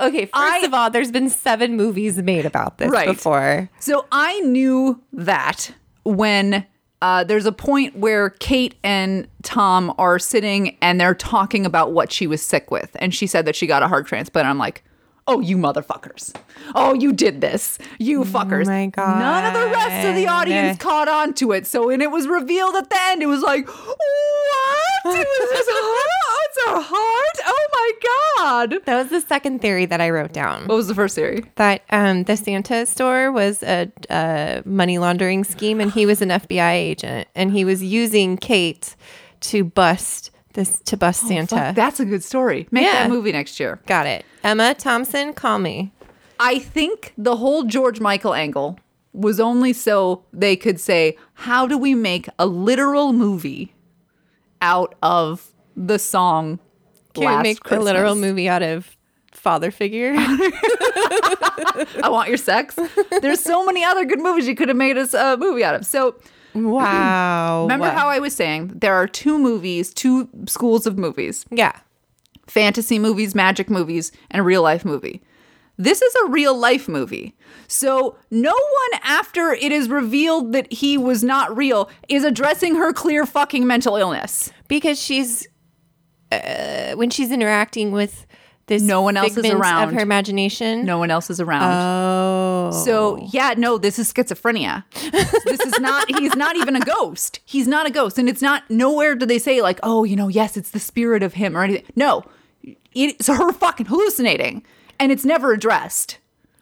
C: Okay, first
D: I-
C: of all, there's been seven movies made about this
D: Right.
C: before.
D: So I knew that when uh, there's a point where Kate and Tom are sitting and they're talking about what she was sick with. And she said that she got a heart transplant. I'm like, oh, you motherfuckers. Oh, you did this. You fuckers.
C: my God.
D: None of the rest of the audience caught on to it. So, and it was revealed at the end. It was like, what? It was just, <laughs> oh, it's a heart? Oh my God.
C: That was the second theory that I wrote down.
D: What was the first theory?
C: That um, the Santa store was a, a money laundering scheme, and he was an FBI agent, and he was using Kate to bust this to bust Santa.
D: Oh, Fuck, that's a good story. Make
C: Yeah.
D: that movie next year.
C: Got it. Emma Thompson, call me.
D: I think the whole George Michael angle was only so they could say, how do we make a literal movie out of the song?
C: Can
D: Last
C: we make
D: Christmas?
C: a literal movie out of
D: <laughs>
C: father figure?
D: I want your
C: <laughs>
D: sex. There's so many other good movies you could have made us a movie out of. So
C: Oh, wow.
D: remember how I was saying there are two movies, two schools of movies:
C: Yeah.
D: fantasy movies, magic movies, and a real life movie. This is a real life movie. So, no one after it is revealed that he was not real is addressing her clear fucking mental illness.
C: because she's uh, when she's interacting with this
D: No one else is
C: figment
D: around.
C: of her imagination.
D: No one else is around.
C: Oh,
D: so, yeah, no, this is schizophrenia. this is not, <laughs> he's not even a ghost. He's not a ghost. And it's not, nowhere do they say, like, oh, you know, yes, it's the spirit of him or anything. No, it's her fucking hallucinating. And it's never addressed.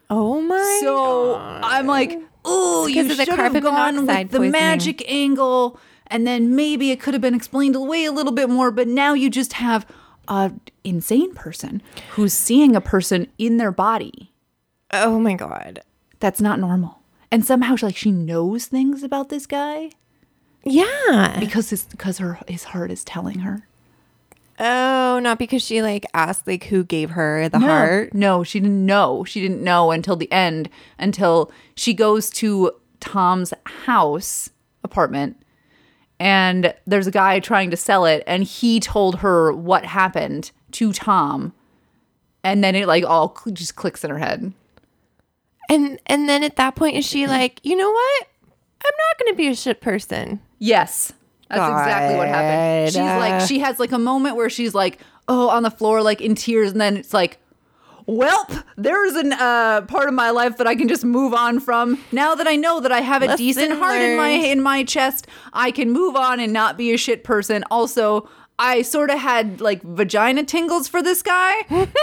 C: oh my.
D: So I'm like, oh, you
C: because of the
D: should have
C: carbon
D: gone
C: monoxide
D: with the
C: poisoning."
D: magic angle, and then maybe it could have been explained away a little bit more. But now you just have a insane person who's seeing a person in their body
C: oh my god.
D: that's not normal, and somehow she, like she knows things about this guy
C: Yeah.
D: because his because her his heart is telling her.
C: Oh, not because she like asked like who gave her the
D: No.
C: heart.
D: No, she didn't know. She didn't know until the end, until she goes to Tom's house apartment and there's a guy trying to sell it and he told her what happened to Tom. And then it like all cl- just clicks in her head.
C: And and then at that point is she like, you know what? I'm not gonna be a shit person.
D: Yes. That's exactly what happened. She's
C: God.
D: like she has like a moment where she's like, "Oh, on the floor like in tears." And then it's like, "Welp, there's an uh part of my life that I can just move on from. Now that I know that I have a
C: Lesson
D: decent heart in my
C: learned."
D: in my chest, I can move on and not be a shit person." Also, I sort of had like vagina tingles for this
C: <laughs>
D: guy,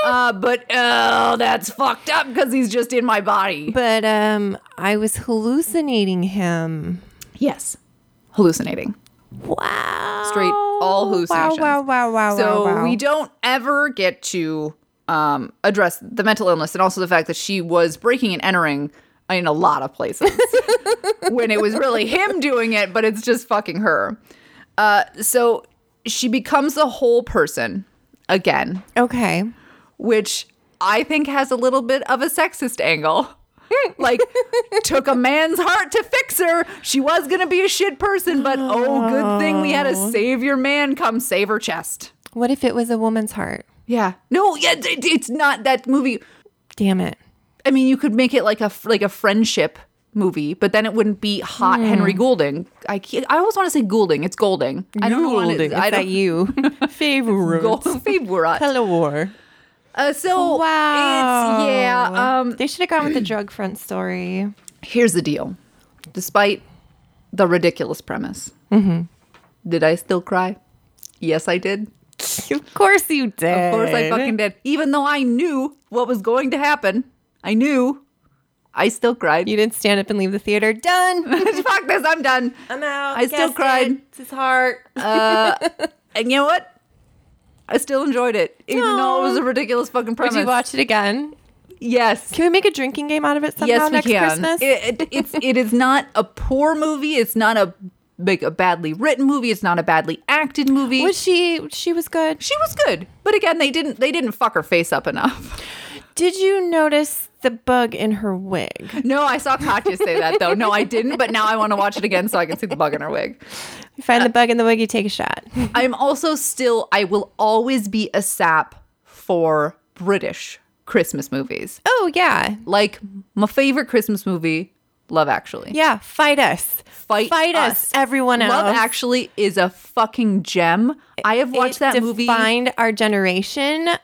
D: uh, but oh, that's fucked up because he's just in my body.
C: But um, I was hallucinating him.
D: yes, hallucinating.
C: Wow.
D: straight all hallucinations.
C: Wow, wow, wow, wow.
D: So
C: Oh, wow, wow.
D: we don't ever get to um, address the mental illness and also the fact that she was breaking and entering in a lot of
C: <laughs>
D: places when it was really him doing it, but it's just fucking her. Uh, so she becomes a whole person again,
C: Okay.
D: which I think has a little bit of a sexist angle.
C: <laughs>
D: like, took a man's heart to fix her. She was gonna be a shit person, but oh, good thing we had a
C: Oh.
D: savior man come save her chest.
C: What if it was a woman's heart?
D: Yeah. No, yeah, it- it- it's not that movie.
C: Damn it.
D: I mean, you could make it like a f- like a friendship movie, but then it wouldn't be hot
C: Hmm.
D: Henry Goulding. I can't- I always want to say Goulding. It's Golding. I don't know. what it is.
C: It's
D: I
C: at
D: don't. <laughs>
C: you. Favorite.
D: Gold- Favourite.
C: Hello.
D: Uh, so
C: Wow.
D: it's- yeah. Um,
C: they should have gone with the drug front story.
D: here's the deal. Despite the ridiculous premise,
C: Mm-hmm.
D: did I still cry? Yes, I did.
C: Of course you did.
D: Of course I fucking did. Even though I knew what was going to happen, I knew. I still cried.
C: You didn't stand up and leave the theater. Done.
D: <laughs> Fuck this, I'm done.
C: I'm out.
D: I still
C: Guessed
D: cried.
C: it. It's his heart.
D: And you know what? I still enjoyed it, even though it was a ridiculous fucking
C: Would
D: premise.
C: you watch it again?
D: Yes.
C: Can we make a drinking game out of it somehow
D: yes, we
C: next
D: can.
C: Christmas?
D: It, it, it's it is not a poor movie. It's not a like a badly written movie. It's not a badly acted movie.
C: was she? She was good.
D: she was good, but again, they didn't they didn't fuck her face up enough.
C: Did you notice the bug in her wig?
D: <laughs> No, I saw Katya say that though. No, I didn't. But now I want to watch it again so I can see the bug in her wig.
C: You find the bug in the wig, you take a shot.
D: I'm also still, I will always be a sap for British Christmas movies.
C: Oh yeah,
D: Like my favorite Christmas movie, Love Actually.
C: yeah. Fight us.
D: Fight,
C: Fight us. Everyone else.
D: Love Actually is a fucking gem. I have watched
C: It
D: that movie.
C: Defined our generation. Are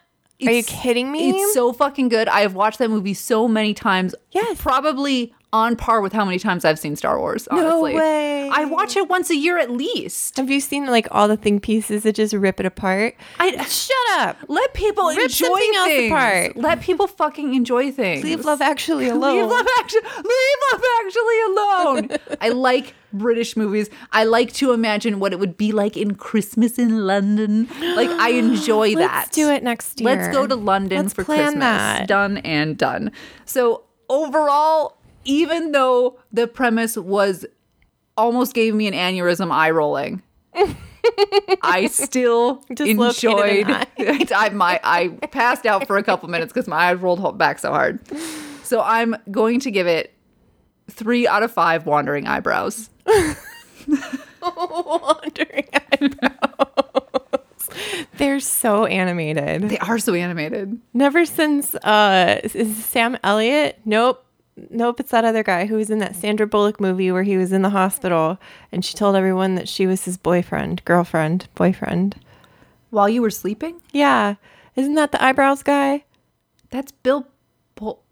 C: you
D: It's-
C: kidding me?
D: It's so fucking good. I have watched that movie so many times.
C: Yes.
D: Probably on par with how many times I've seen Star Wars, honestly.
C: way.
D: I watch it once a year at least.
C: Have you seen like all the thing pieces that just rip it apart?
D: I
C: Shut up.
D: let people
C: Rip
D: enjoy
C: something else
D: things.
C: apart.
D: Let people fucking enjoy things.
C: Leave love actually alone.
D: <laughs> Leave Love Actually, leave Love Actually alone. <laughs> I like British movies. I like to imagine what it would be like in Christmas in London. Like I enjoy that.
C: Let's do it next year.
D: Let's go to London
C: Let's
D: for
C: plan
D: Christmas. <laughs>
C: that.
D: Done and done. So overall, even though the premise was almost gave me an aneurysm eye
C: <laughs>
D: rolling. I still
C: Dislocated
D: enjoyed.
C: an
D: <laughs> I, my, I passed out for a couple minutes because my eyes rolled back so hard. So I'm going to give it three out of five wandering eyebrows.
C: Wandering eyebrows. They're so animated.
D: They are so animated.
C: Never since uh is Sam Elliott. Nope. Nope, it's that other guy who was in that Sandra Bullock movie where he was in the hospital and she told everyone that she was his boyfriend, girlfriend, boyfriend.
D: While you were sleeping,
C: Yeah. Isn't that the eyebrows guy?
D: that's Bill Pull-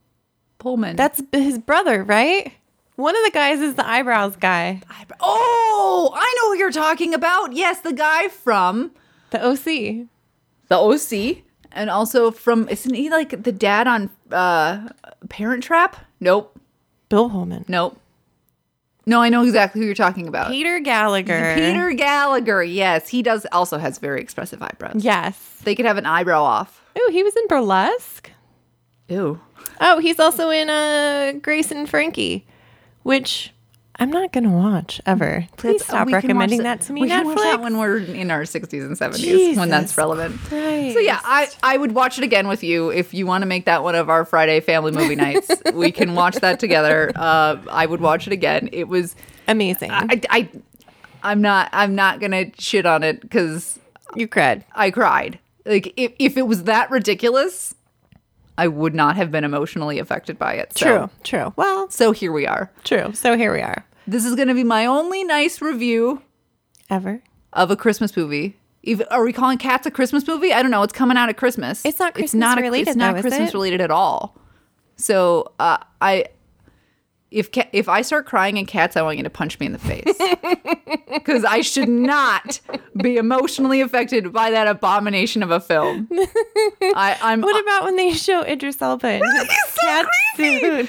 D: Pullman.
C: That's b- his brother, right? One of the guys is the eyebrows guy,
D: Eyebrow- Oh, I know who you're talking about. Yes, the guy from
C: the OC.
D: the OC, and also from isn't he like the dad on uh, Parent Trap? Nope,
C: Bill Holman.
D: nope. No, I know exactly who you're talking about.
C: Peter Gallagher.
D: Peter Gallagher. Yes, he does. Also has very expressive eyebrows.
C: Yes.
D: They could have an eyebrow off.
C: Oh, he was in Burlesque.
D: Ew.
C: Oh, he's also in uh, Grace and Frankie, which I'm not going to watch ever.
D: That's-
C: Please
D: uh,
C: stop
D: we can
C: recommending
D: watch
C: that to me,
D: We
C: Netflix.
D: can watch that when we're in our 60s and 70s when that's
C: Jesus
D: relevant. So
C: Christ.
D: yeah, I I would watch it again with you if you want to make that one of our Friday family movie nights. we can watch that together. Uh, I would watch it again. It was
C: Amazing.
D: I I I'm not I'm not gonna shit on it because
C: you cred.
D: I cried. Like if if it was that ridiculous, I would not have been emotionally affected by it. So-
C: True, true. Well,
D: So here we are.
C: true. So here we are.
D: This is gonna be my only nice review
C: Ever.
D: of a Christmas movie. If, are we calling Cats a Christmas movie? I don't know. It's coming out at Christmas.
C: It's not Christmas
D: a-
C: related,
D: It's not
C: though, is
D: Christmas
C: it?
D: related at all. So uh, I, if ca- if I start crying in Cats, I want you to punch me in the
C: <laughs>
D: face because I should not be emotionally affected by that abomination of a
C: <laughs>
D: film. I, I'm
C: What about when they show Idris Elba in his cat suit? <laughs>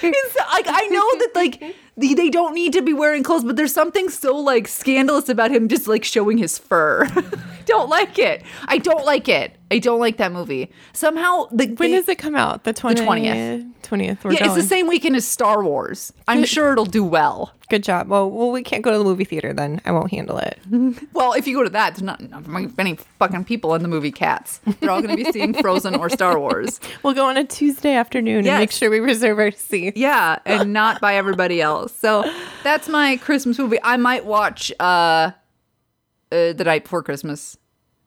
D: it's like I know that like they, they don't need to be wearing clothes, but there's something so like scandalous about him just like showing his fur. <laughs> don't like it. I don't like it. I don't like that movie. Somehow the
C: When
D: they-
C: does it come out? The 20th?
D: 20th.
C: 20th. We're
D: yeah, it's
C: going.
D: the same weekend as Star Wars. I'm sure it'll do well.
C: Good job. Well, well, we can't go to the movie theater then. I won't
D: <laughs>
C: handle it.
D: Well, if you go to that, there's not not many fucking people in the movie Cats. They're all going to be seeing Frozen or Star Wars.
C: We'll go on a Tuesday afternoon and make
D: Yes.
C: sure we reserve our seat.
D: Yeah, and not by everybody else. So that's my Christmas movie. I might watch uh, uh the night before Christmas.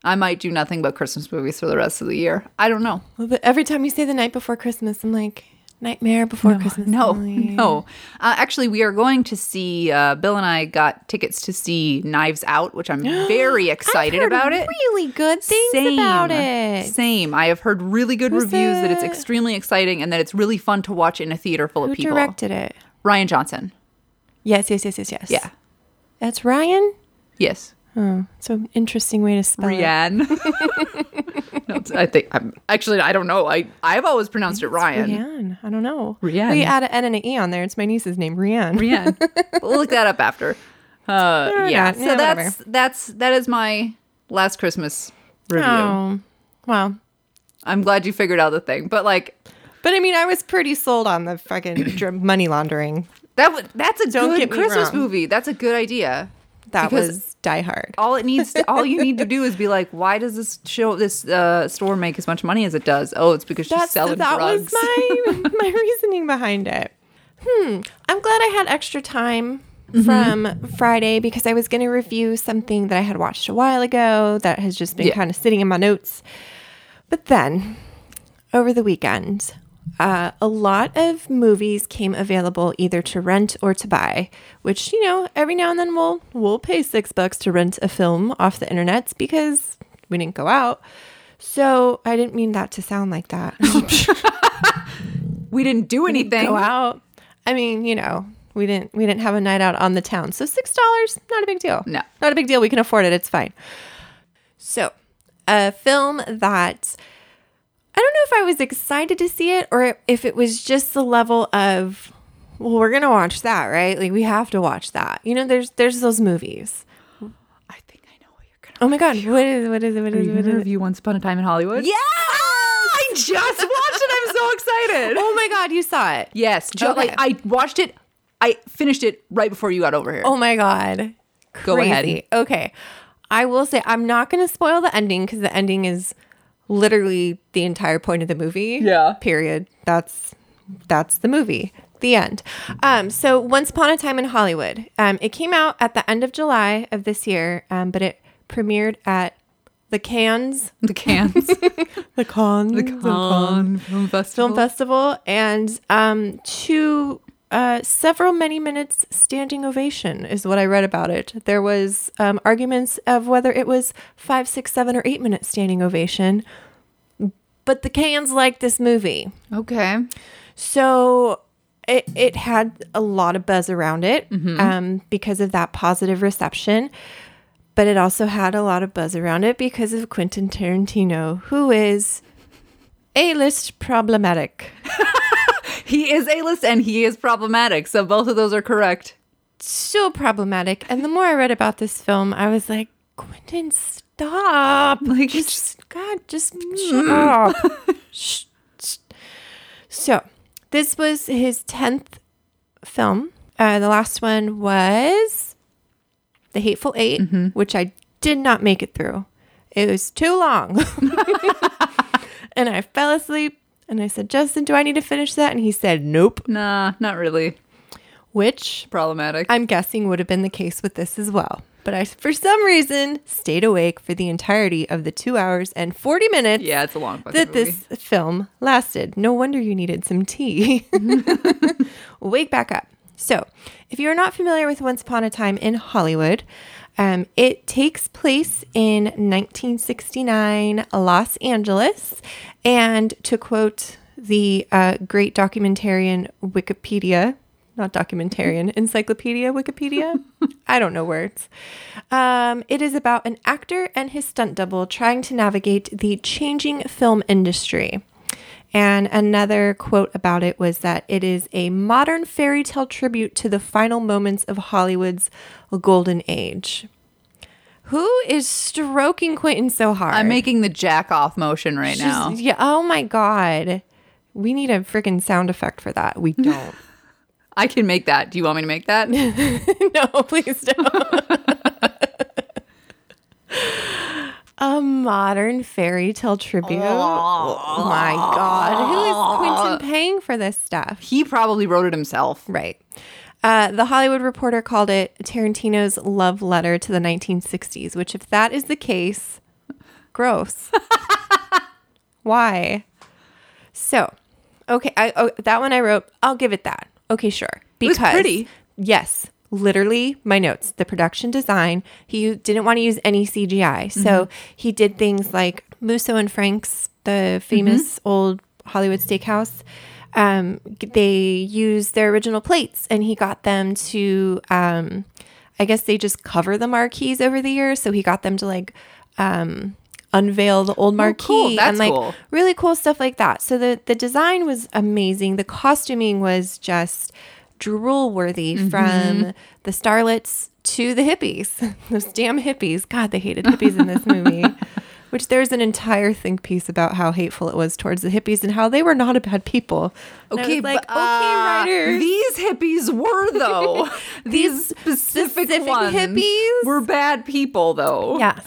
D: I might do nothing but Christmas movies for the rest of the year. I don't know.
C: Well, but every time you say the night before Christmas, I'm like, nightmare before Christmas.
D: No, <laughs>
C: Emily. <laughs>
D: no. Uh, actually, we are going to see. Uh, Bill and I got tickets to see Knives Out, which
C: <gasps>
D: I'm very excited
C: Heard
D: about it.
C: Really good things about it.
D: Same. I have heard really good
C: Who's
D: reviews that it's
C: the-
D: extremely exciting and that it's really fun to watch in a theater full
C: Who
D: of people.
C: directed it?
D: Ryan Johnson.
C: Yes, yes, yes, yes, yes.
D: Yeah.
C: That's Ryan.
D: Yes.
C: Oh, it's an interesting way to spell it. <laughs>
D: Rianne. I think I'm actually I don't know. I I've always pronounced it Ryan.
C: Rianne. I don't know.
D: Rianne.
C: We add an N and an E on there. It's my niece's name, Rianne.
D: Rianne. we'll look that up after. Uh,
C: Or
D: yeah.
C: not.
D: So
C: Yeah,
D: that's
C: whatever.
D: that's that is my last Christmas review.
C: Oh, Wow.
D: I'm glad you figured out the thing, but like
C: But I mean, I was pretty sold on the fucking <clears throat> dr- money laundering.
D: that would that's a
C: Don't
D: good
C: get me
D: Christmas
C: wrong.
D: movie. That's a good idea.
C: That
D: Because-
C: was Die Hard.
D: All it
C: <laughs>
D: needs to, all you need to do is be like, why does this show this uh, store make as much money as it does? Oh, it's because she's selling
C: that
D: drugs.
C: was
D: <laughs>
C: my my reasoning behind it. Hmm. I'm glad I had extra time
D: Mm-hmm.
C: from Friday because I was going to review something that I had watched a while ago that has just been
D: Yeah.
C: kind of sitting in my notes. But then, over the weekend, uh, a lot of movies came available either to rent or to buy, which you know every now and then we'll we'll pay six bucks to rent a film off the internet because we didn't go out. So I didn't mean that to sound like that.
D: <laughs>
C: <laughs>
D: we didn't do anything.
C: go out. I mean, you know, we didn't we didn't have a night out on the town. So six dollars, not a big deal.
D: No.
C: Not a big deal. We can afford it. It's fine. So a film that I don't know if I was excited to see it or if it was just the level of well, we're gonna watch that, right? Like we have to watch that. You know, there's there's those movies.
D: I think I know what you're gonna.
C: Oh my god, what is what is it? What is it? What is it?
D: review Once Upon a Time in Hollywood?
C: Yeah!
D: I just watched it. I'm so excited.
C: <laughs> Oh my god, you saw it.
D: <laughs> Yes, ju-
C: Okay.
D: like I watched it. I finished it right before you got over here.
C: Oh my god. Crazy.
D: Go ahead.
C: Okay. I will say I'm not going to spoil the ending cuz the ending is literally the entire point of the movie.
D: Yeah.
C: Period. That's that's the movie. The end. Um, so Once Upon a Time in Hollywood. Um, it came out at the end of July of this year, um, but it premiered at the Cannes,
D: The <laughs> cans.
C: the Cannes, the
D: Cannes Film Festival.
C: Film Festival, and um, to uh, several many minutes standing ovation is what I read about it. There was um, arguments of whether it was five, six, seven, or eight minute standing ovation, but the cans liked this movie,
D: Okay.
C: so it it had a lot of buzz around it um, because of that positive reception. But it also had a lot of buzz around it because of Quentin Tarantino, who is a list problematic.
D: He is A list and he is problematic. So both of those are correct.
C: so problematic. And the more I read about this film, I was like, Quentin, stop.
D: Like,
C: just, God, just shut up. Shh, shh. So, this was his 10th film. Uh, the last one was The Hateful 8 which I did not make it through. It was too long. <laughs> and I fell asleep. And I said, Justin, do I need to finish that? And he said, nope,
D: Nah, not really
C: which
D: problematic.
C: I'm guessing would have been the case with this as well. But I, for some reason, stayed awake for the entirety of the two hours and 40 minutes
D: yeah, it's a long fucking
C: that
D: movie.
C: this film lasted. No wonder you needed some tea. <laughs> Wake back up. So, if you're not familiar with Once Upon a Time in Hollywood, um, it takes place in 1969 Los Angeles. And to quote the uh, great documentarian Wikipedia, not documentarian, encyclopedia, Wikipedia. I don't know words. Um, it is about an actor and his stunt double trying to navigate the changing film industry. And another quote about it was that it is a modern fairy tale tribute to the final moments of Hollywood's golden age. Who is stroking Quentin so hard?
D: I'm making the jack off motion right now.
C: Just- yeah. Oh my God. We need a freaking sound effect for that. We don't. <laughs>
D: I can make that. Do you want me to make <laughs> that?
C: no, please don't. A modern fairy tale tribute. Oh my God. Who is Quentin paying for this stuff?
D: he probably wrote it himself.
C: Right. Uh, the Hollywood Reporter called it Tarantino's love letter to the 1960s, which, if that is the case, gross. <laughs> Why? So, okay, I, oh, that one I wrote, I'll give it that. Okay, sure.
D: was
C: Because,
D: pretty.
C: yes, literally my notes, the production design, he didn't want to use any CGI. So,
D: Mm-hmm.
C: he did things like Musso and Frank's, the famous
D: Mm-hmm.
C: old Hollywood steakhouse. Um, they used their original plates and he got them to, um, I guess they just cover the marquees over the years. So, he got them to like, um, unveil the old marquee
D: Oh, cool. That's
C: and like
D: cool.
C: really cool stuff like that. So the the design was amazing. The costuming was just drool worthy
D: Mm-hmm.
C: from
D: <laughs>
C: the <laughs> starlets to the hippies. Those damn hippies. God, they hated hippies in this movie. which there's an entire think piece about how hateful it was towards the hippies and how they were not a bad people. And I was like, okay,
D: uh,
C: writers.
D: These hippies <laughs> were though. these specific,
C: specific
D: ones
C: hippies?
D: were bad people though.
C: Yes.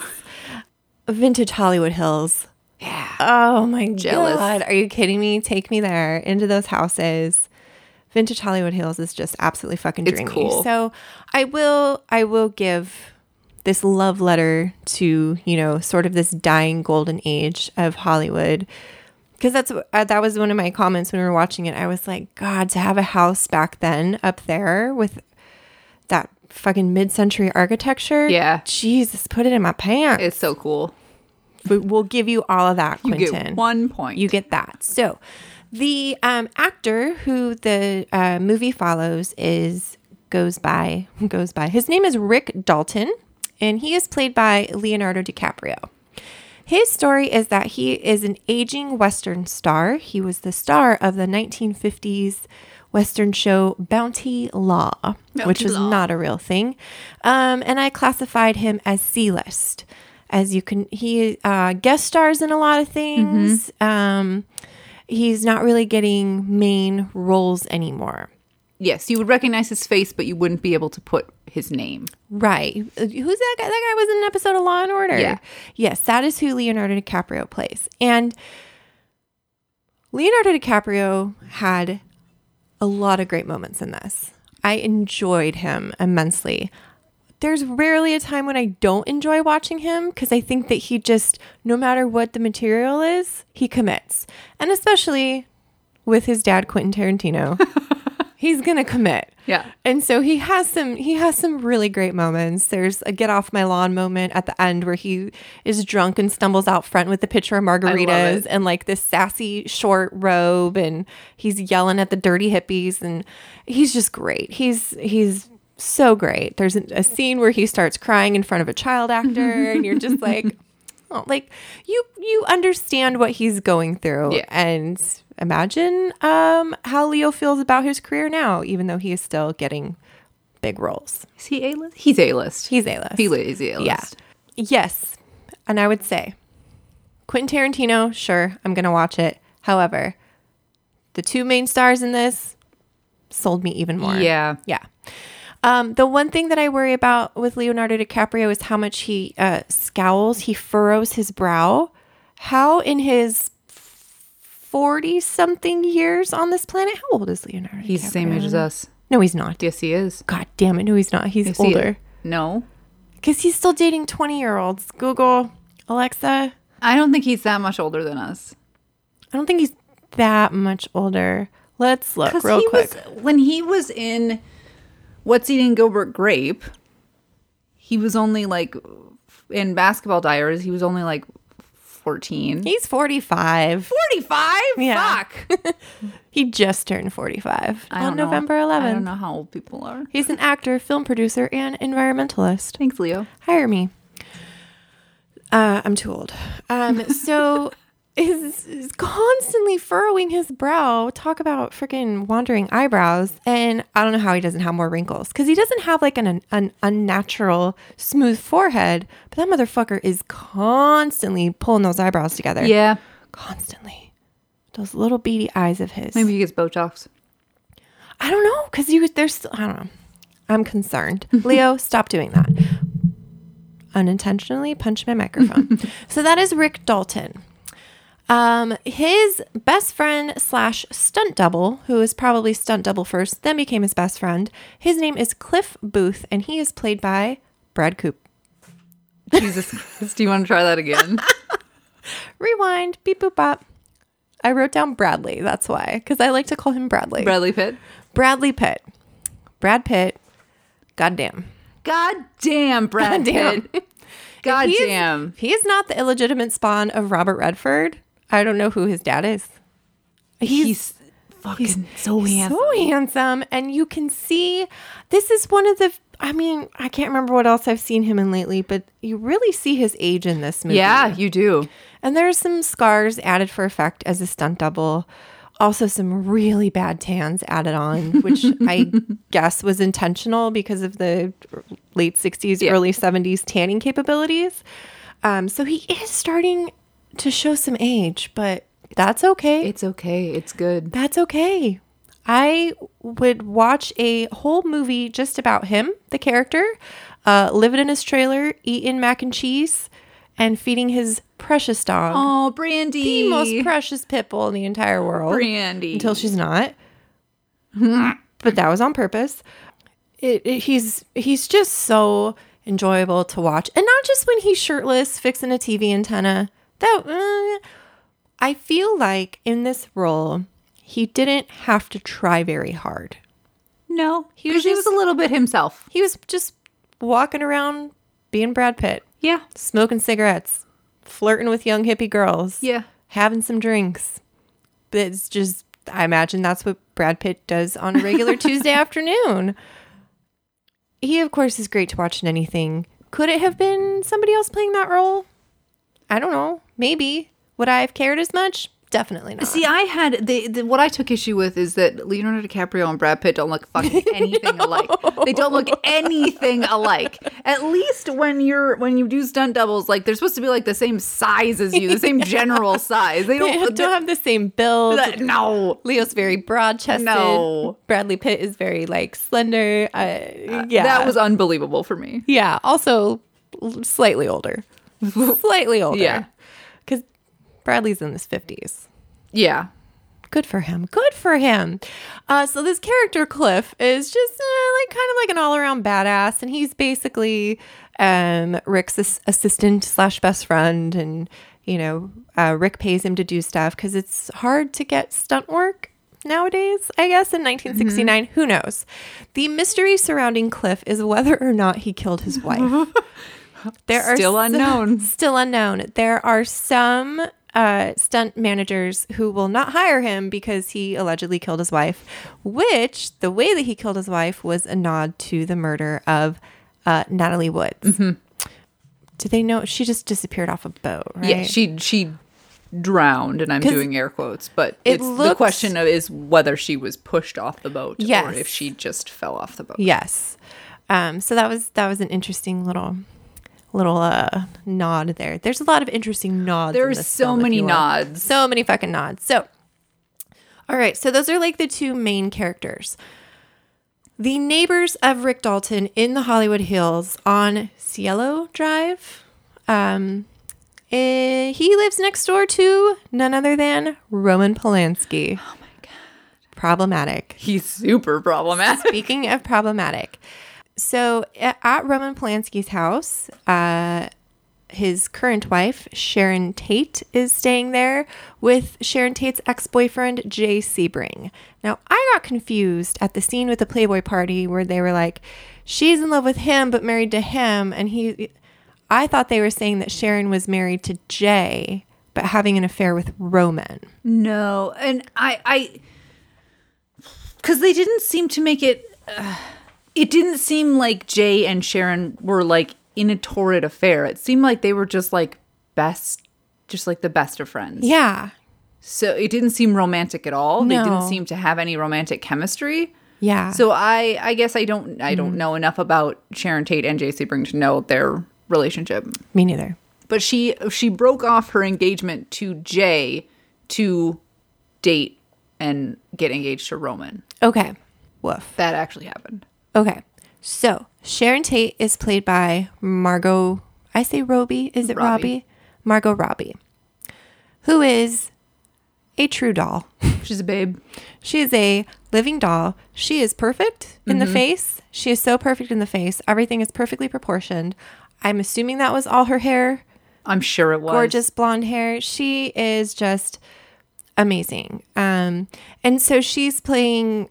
C: Vintage Hollywood Hills.
D: Yeah.
C: Oh my
D: Jealous.
C: god. Are you kidding me? Take me there into those houses. Vintage Hollywood Hills is just absolutely fucking
D: It's
C: dreamy.
D: cool.
C: So I will I will give this love letter to, you know, sort of this dying golden age of Hollywood. Cuz that's uh, that was one of my comments when we were watching it. I was like, god, to have a house back then up there with that fucking mid-century architecture.
D: Yeah.
C: Jesus, put it in my pants.
D: It's so cool.
C: We- we'll give you all of that,
D: You
C: Quentin.
D: get one point.
C: You get that. So, the um, actor who the uh, movie follows is goes by <laughs> goes by. His name is Rick Dalton, and he is played by Leonardo DiCaprio. His story is that he is an aging Western star. He was the star of the 1950s Western show Bounty Law, which was
D: Law.
C: not a real thing. Um, and I classified him as C list. As you can, he uh, guest stars in a lot of things. Um, he's not really getting main roles anymore.
D: yes, you would recognize his face, but you wouldn't be able to put his name.
C: Right. Who's that guy? That guy was in an episode of Law and Order.
D: Yeah.
C: Yes, that is who Leonardo DiCaprio plays. And Leonardo DiCaprio had a lot of great moments in this. I enjoyed him immensely. There's rarely a time when I don't enjoy watching him because I think that he just, no matter what the material is, he commits. And especially with his dad, Quentin Tarantino, he's going to commit.
D: Yeah.
C: And so he has some he has some really great moments. There's a get off my lawn moment at the end where he is drunk and stumbles out front with the pitcher of margaritas
D: it.
C: and like this sassy short robe and he's yelling at the dirty hippies and he's just great. He's he's so great. There's a, a scene where he starts crying in front of a
D: <laughs>
C: child actor and you're just like oh, like you you understand what he's going through
D: Yeah.
C: and imagine um how Leo feels about his career now even though he is still getting big roles.
D: Is he A list? He's A list.
C: He's A-list.
D: He is A list.
C: Yeah. Yes. And I would say Quentin Tarantino, sure, I'm going to watch it. However, the two main stars in this sold me even more.
D: Yeah.
C: Yeah. Um, the one thing that I worry about with Leonardo DiCaprio is how much he uh, scowls, he furrows his brow. How in his 40 something years on this planet, how old is Leonardo?
D: He's the same age as us.
C: No, he's not.
D: Yes, he is.
C: God damn it. No, he's not. He's
D: Yes, he is.
C: older.
D: No.
C: Because he's still dating 20 year olds. Google, Alexa.
D: I don't think he's that much older than us.
C: I don't think he's that much older. Let's look real
D: he
C: quick.
D: was when he was in What's Eating Gilbert Grape, he was only like in Basketball Diaries, he was only like 14.
C: he's 45.
D: 45?
C: Yeah.
D: Fuck.
C: He just turned 45
D: I
C: on
D: don't know.
C: November
D: I
C: 11th.
D: don't know how old people are.
C: He's an actor, film producer, and environmentalist.
D: Thanks, Leo.
C: Hire me. Uh, I'm too old.
D: <laughs>
C: Um, so is, is constantly furrowing his brow. Talk about freaking wandering eyebrows. And I don't know how he doesn't have more wrinkles because he doesn't have like an, an unnatural smooth forehead. But that motherfucker is constantly pulling those eyebrows together.
D: Yeah.
C: Constantly. Those little beady eyes of his.
D: Maybe he gets Botox.
C: I don't know because you there's still, I don't know.
D: <laughs>
C: I'm concerned. Leo, stop doing that. Unintentionally punch
D: <laughs>
C: my microphone. so that is Rick Dalton. Um, his best friend slash stunt double, who is probably stunt double first, then became his best friend. His name is Cliff Booth, and he is played by Brad Coop.
D: <laughs> Jesus Christ. Do you want to try that <laughs> again?
C: Rewind, beep boop bop. I wrote down Bradley. That's why, because I like to call him Bradley.
D: Bradley Pitt?
C: Bradley Pitt. Brad Pitt. Goddamn.
D: God damn, Brad
C: <laughs> Goddamn.
D: Pitt. God
C: He's-
D: damn.
C: If he is not the illegitimate spawn of Robert Redford, I don't know who his dad is.
D: He's, fucking so handsome.
C: So handsome. And you can see this is one of the, I mean, I can't remember what else I've seen him in lately, but you really see his age in this movie.
D: yeah, you do.
C: And there are some scars added for effect as a stunt double. Also, some really bad tans added on, which I guess was intentional because of the late 60s,
D: Yeah.
C: early 70s tanning capabilities. Um, so he is starting to show some age, but that's okay.
D: It's okay. It's good.
C: That's okay. I would watch a whole movie just about him, the character, uh, living in his trailer, eating mac and cheese, and feeding his precious dog,
D: Oh, Brandy.
C: the most precious pit bull in the entire world,
D: Brandy.
C: until she's not. but that was on purpose. It, it- he's he's just so enjoyable to watch, and not just when he's shirtless fixing a TV antenna. That uh, I feel like in this role, he didn't have to try very hard.
D: no, he
C: was
D: was, he was
C: just-
D: a little bit himself.
C: He was just walking around being Brad Pitt,
D: Yeah.
C: smoking cigarettes, flirting with young hippie girls,
D: Yeah.
C: having some drinks. It's just, I imagine that's what Brad Pitt does on
D: <laughs>
C: a regular Tuesday afternoon. He, of course, is great to watch in anything. Could it have been somebody else playing that role? I don't know. Maybe. Would I have cared as much? Definitely <laughs> not.
D: See, I had the, the what I took issue with is that Leonardo DiCaprio and Brad Pitt don't look
C: <laughs>
D: fucking anything alike. They don't look anything alike. At least when you're when you do stunt doubles, like they're supposed to be like the same size as you, the
C: <laughs>
D: same general size. They
C: They
D: don't.
C: don't have the same build.
D: that- no.
C: Leo's very broad chested.
D: No.
C: Bradley Pitt is very like slender. Uh, yeah.
D: That was unbelievable for me.
C: yeah. Also l- slightly older. slightly older.
D: Yeah.
C: Because Bradley's in his 50s.
D: Yeah.
C: Good for him. Good for him. Uh, so this character Cliff is just uh, like kind of like an all around badass, and he's basically um, Rick's as- assistant slash best friend, and you know uh, Rick pays him to do stuff because it's hard to get stunt work nowadays. I guess in 1969, who knows? The mystery surrounding Cliff is whether or not he killed his wife. There are
D: Still
C: so-
D: unknown.
C: <laughs> still unknown. There are some uh, stunt managers who will not hire him because he allegedly killed his wife, which the way that he killed his wife was a nod to the murder of uh, Natalie Woods.
D: Mm-hmm.
C: Do they know she just disappeared off a boat? Right?
D: Yeah, she she drowned, and I'm
C: 'Cause
D: doing air quotes, but
C: it
D: it's, the
C: looks-
D: question of is whether she was pushed off the boat or
C: Yes.
D: if she just fell off the boat.
C: Yes. Um, so that was that was an interesting little little uh, nod there. There's a lot of interesting nods. in
D: There's
C: this
D: so
C: film, if
D: many
C: you will.
D: nods.
C: So many fucking nods. So, all right. So those are like the two main characters. The neighbors of Rick Dalton in the Hollywood Hills on Cielo Drive. Um, eh, he lives next door to none other than Roman Polanski. Oh my god. Problematic.
D: He's super problematic.
C: Speaking of problematic, so a- at Roman Polanski's house, uh, his current wife, Sharon Tate, is staying there with Sharon Tate's ex boyfriend, Jay Sebring. Now, I got confused at the scene with the Playboy party where they were like, she's in love with him, but married to him. And he, I thought they were saying that Sharon was married to Jay, but having an affair with Roman.
D: No, and I, I, because they didn't seem to make it. Uh, it didn't seem like Jay and Sharon were like in a torrid affair. It seemed like they were just like best, just like the best of friends.
C: Yeah.
D: So it didn't seem romantic at all. They
C: No.
D: didn't seem to have any romantic chemistry.
C: Yeah.
D: So I, I guess I don't, I don't know enough about Sharon Tate and J.C. Bring to know their relationship.
C: me neither.
D: But she, she broke off her engagement to Jay to date and get engaged to Roman.
C: Okay. Woof.
D: That actually happened.
C: Okay. So Sharon Tate is played by Margot. I say Robbie. Is it Robbie?
D: Robbie.
C: Margot Robbie, who is a true doll.
D: She's a babe.
C: She is a living doll. She is perfect in the face. She is so perfect in the face. Everything is perfectly proportioned. I'm assuming that was all her hair
D: I'm sure it was.
C: gorgeous blonde hair. She is just amazing. Um, and so she's playing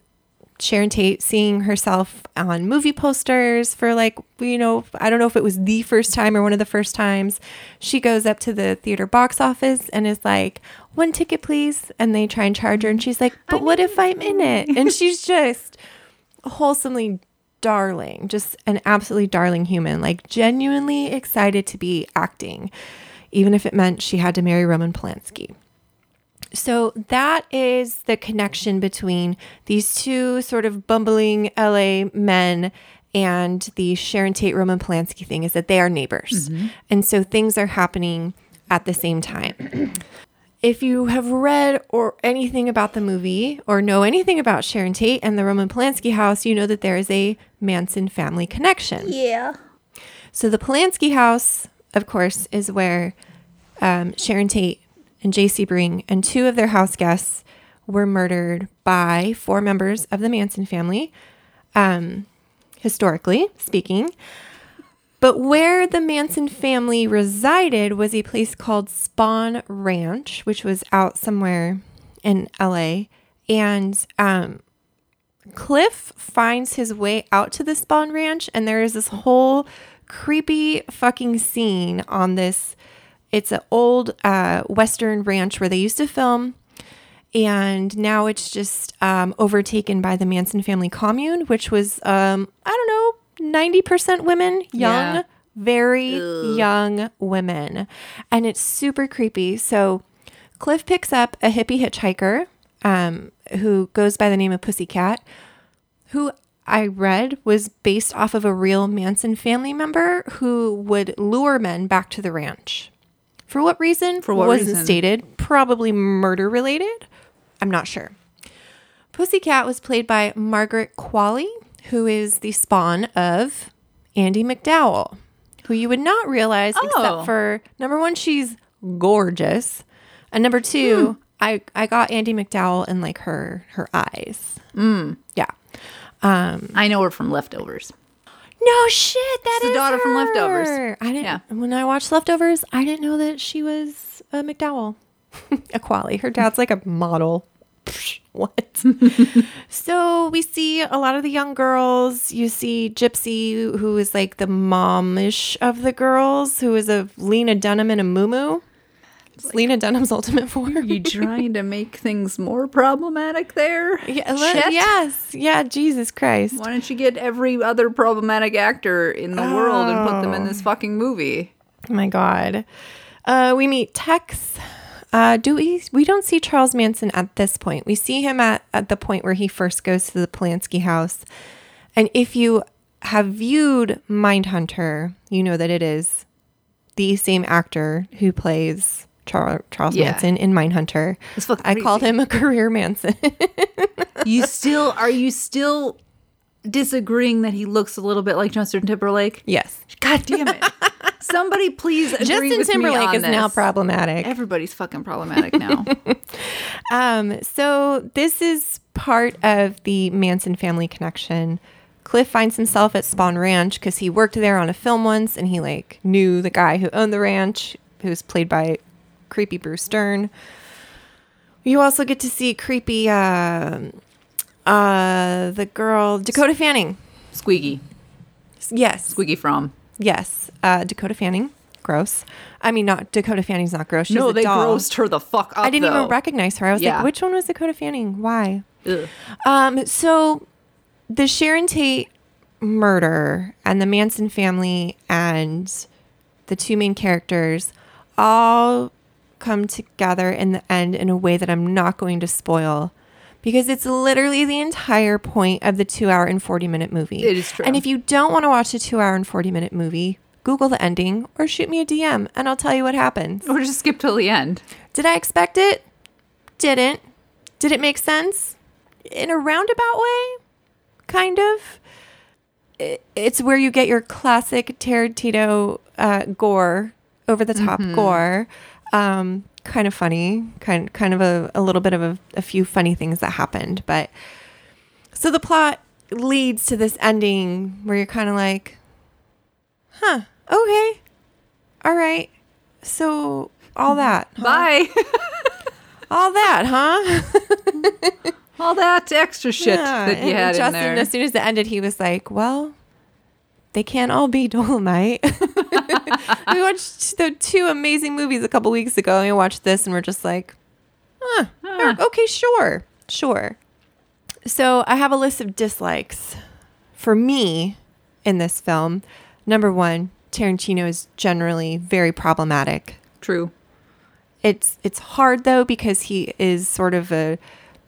C: Sharon Tate, seeing herself on movie posters for like, you know, I don't know if it was the first time or one of the first times. She goes up to the theater box office and is like, one ticket, please. And they try and charge her. And she's like, but what if I'm in it? And she's just wholesomely darling, just an absolutely darling human, like genuinely excited to be acting, even if it meant she had to marry Roman Polanski. So that is the connection between these two sort of bumbling LA men and the Sharon Tate Roman Polanski thing is that they are neighbors. And so things are happening at the same time. If you have read or anything about the movie or know anything about Sharon Tate and the Roman Polanski house, you know that there is a Manson family connection.
B: Yeah.
C: So the Polanski house, of course, is where um, Sharon Tate and J.C. Bring and two of their house guests were murdered by four members of the Manson family, um, historically speaking. But where the Manson family resided was a place called Spawn Ranch, which was out somewhere in LA. And um, Cliff finds his way out to the spawn ranch, and there is this whole creepy fucking scene on this. It's an old uh, Western ranch where they used to film, and now it's just um, overtaken by the Manson family commune, which was, um, I don't know, 90% women, young,
D: Yeah.
C: very young women. And it's super creepy. So Cliff picks up a hippie hitchhiker um, who goes by the name of Pussycat, who I read was based off of a real Manson family member who would lure men back to the ranch. For what reason? For
D: what
C: wasn't
D: reason?
C: stated. Probably murder related. I'm not sure. Pussycat was played by Margaret Qualley, who is the spawn of Andy McDowell, who you would not realize
D: Oh.
C: except for number one, she's gorgeous. And number
D: Hmm.
C: two, I, I got Andy McDowell in like her her eyes.
D: Hmm.
C: Mm. Yeah.
D: I know her from Leftovers.
C: No shit, that
D: She's
C: is
D: Um, the daughter from Leftovers.
C: her. I didn't
D: Yeah.
C: when I watched Leftovers, I didn't know that she was a McDowell. <laughs> a quali. Her dad's like a model. <laughs> Psh, What? so we see a lot of the young girls. You see Gypsy, who is like the momish of the girls, who is a Lena Dunham and a Moo. It's Lena Dunham's <laughs> ultimate form.
D: <laughs> You trying to make things more problematic there?
C: Yeah,
D: Shit.
C: yes, yeah, Jesus Christ.
D: Why don't you get every other problematic actor in the world and put them in
C: Oh.
D: this fucking movie?
C: my god. Uh, we meet Tex. Uh, do we? We don't see Charles Manson at this point. We see him at, at the point where he first goes to the Polanski house. And if you have viewed Mindhunter, you know that it is the same actor who plays Char- Charles
D: Yeah.
C: Manson in Mindhunter.
D: It's fucking
C: I called him a <laughs> career Manson.
D: You still are you still disagreeing that he looks a little bit like Justin Timberlake?
C: yes.
D: God damn it! Somebody please agree
C: Justin
D: with me
C: Timberlake
D: on
C: is now
D: this.
C: problematic.
D: Everybody's fucking problematic
C: <laughs>
D: now.
C: Um, so this is part of the Manson family connection. Cliff finds himself at Spawn Ranch because he worked there on a film once, and he like knew the guy who owned the ranch, who's played by creepy Bruce Stern. You also get to see creepy uh, uh, the girl Dakota Fanning.
D: Squeaky,
C: Yes,
D: Squeaky from.
C: yes, uh, Dakota Fanning. Gross. I mean, not Dakota Fanning's not gross. She's
D: no,
C: a
D: they
C: doll.
D: grossed her the fuck up.
C: I didn't
D: though.
C: even recognize her. I was
D: Yeah.
C: like, which one was Dakota Fanning? Why?
D: <laughs> Ugh.
C: Um, so the Sharon Tate murder and the Manson family and the two main characters all come together in the end in a way that I'm not going to spoil because it's literally the entire point of the two hour and 40 minute movie.
D: It is true.
C: And if you don't want to watch the two hour and 40 minute movie, Google the ending or shoot me a DM and I'll tell you what happens.
D: Or just skip till the end.
C: Did I expect it? Didn't. Did it make sense? In a roundabout way? Kind of. I- It's where you get your classic Tarantino uh, gore, over the top gore. Um, kind of funny, kind kind of a, a little bit of a, a few funny things that happened, but so the plot leads to this ending where you're kind of like, huh, okay, all right, so all that, huh?
D: Bye.
C: all that, huh?
D: <laughs> All that extra <laughs>
C: <laughs>
D: shit
C: Yeah,
D: that you
C: and
D: had in
C: Justin,
D: there.
C: As soon as it ended, he was like, "Well, they can't all be <laughs> Dolomite." we watched the two amazing movies a couple weeks ago, and we watched this, and we're just like, "Huh, er, okay, sure, sure." So I have a list of dislikes for me in this film. Number one, Tarantino is generally very problematic.
D: True.
C: It's it's hard though because he is sort of a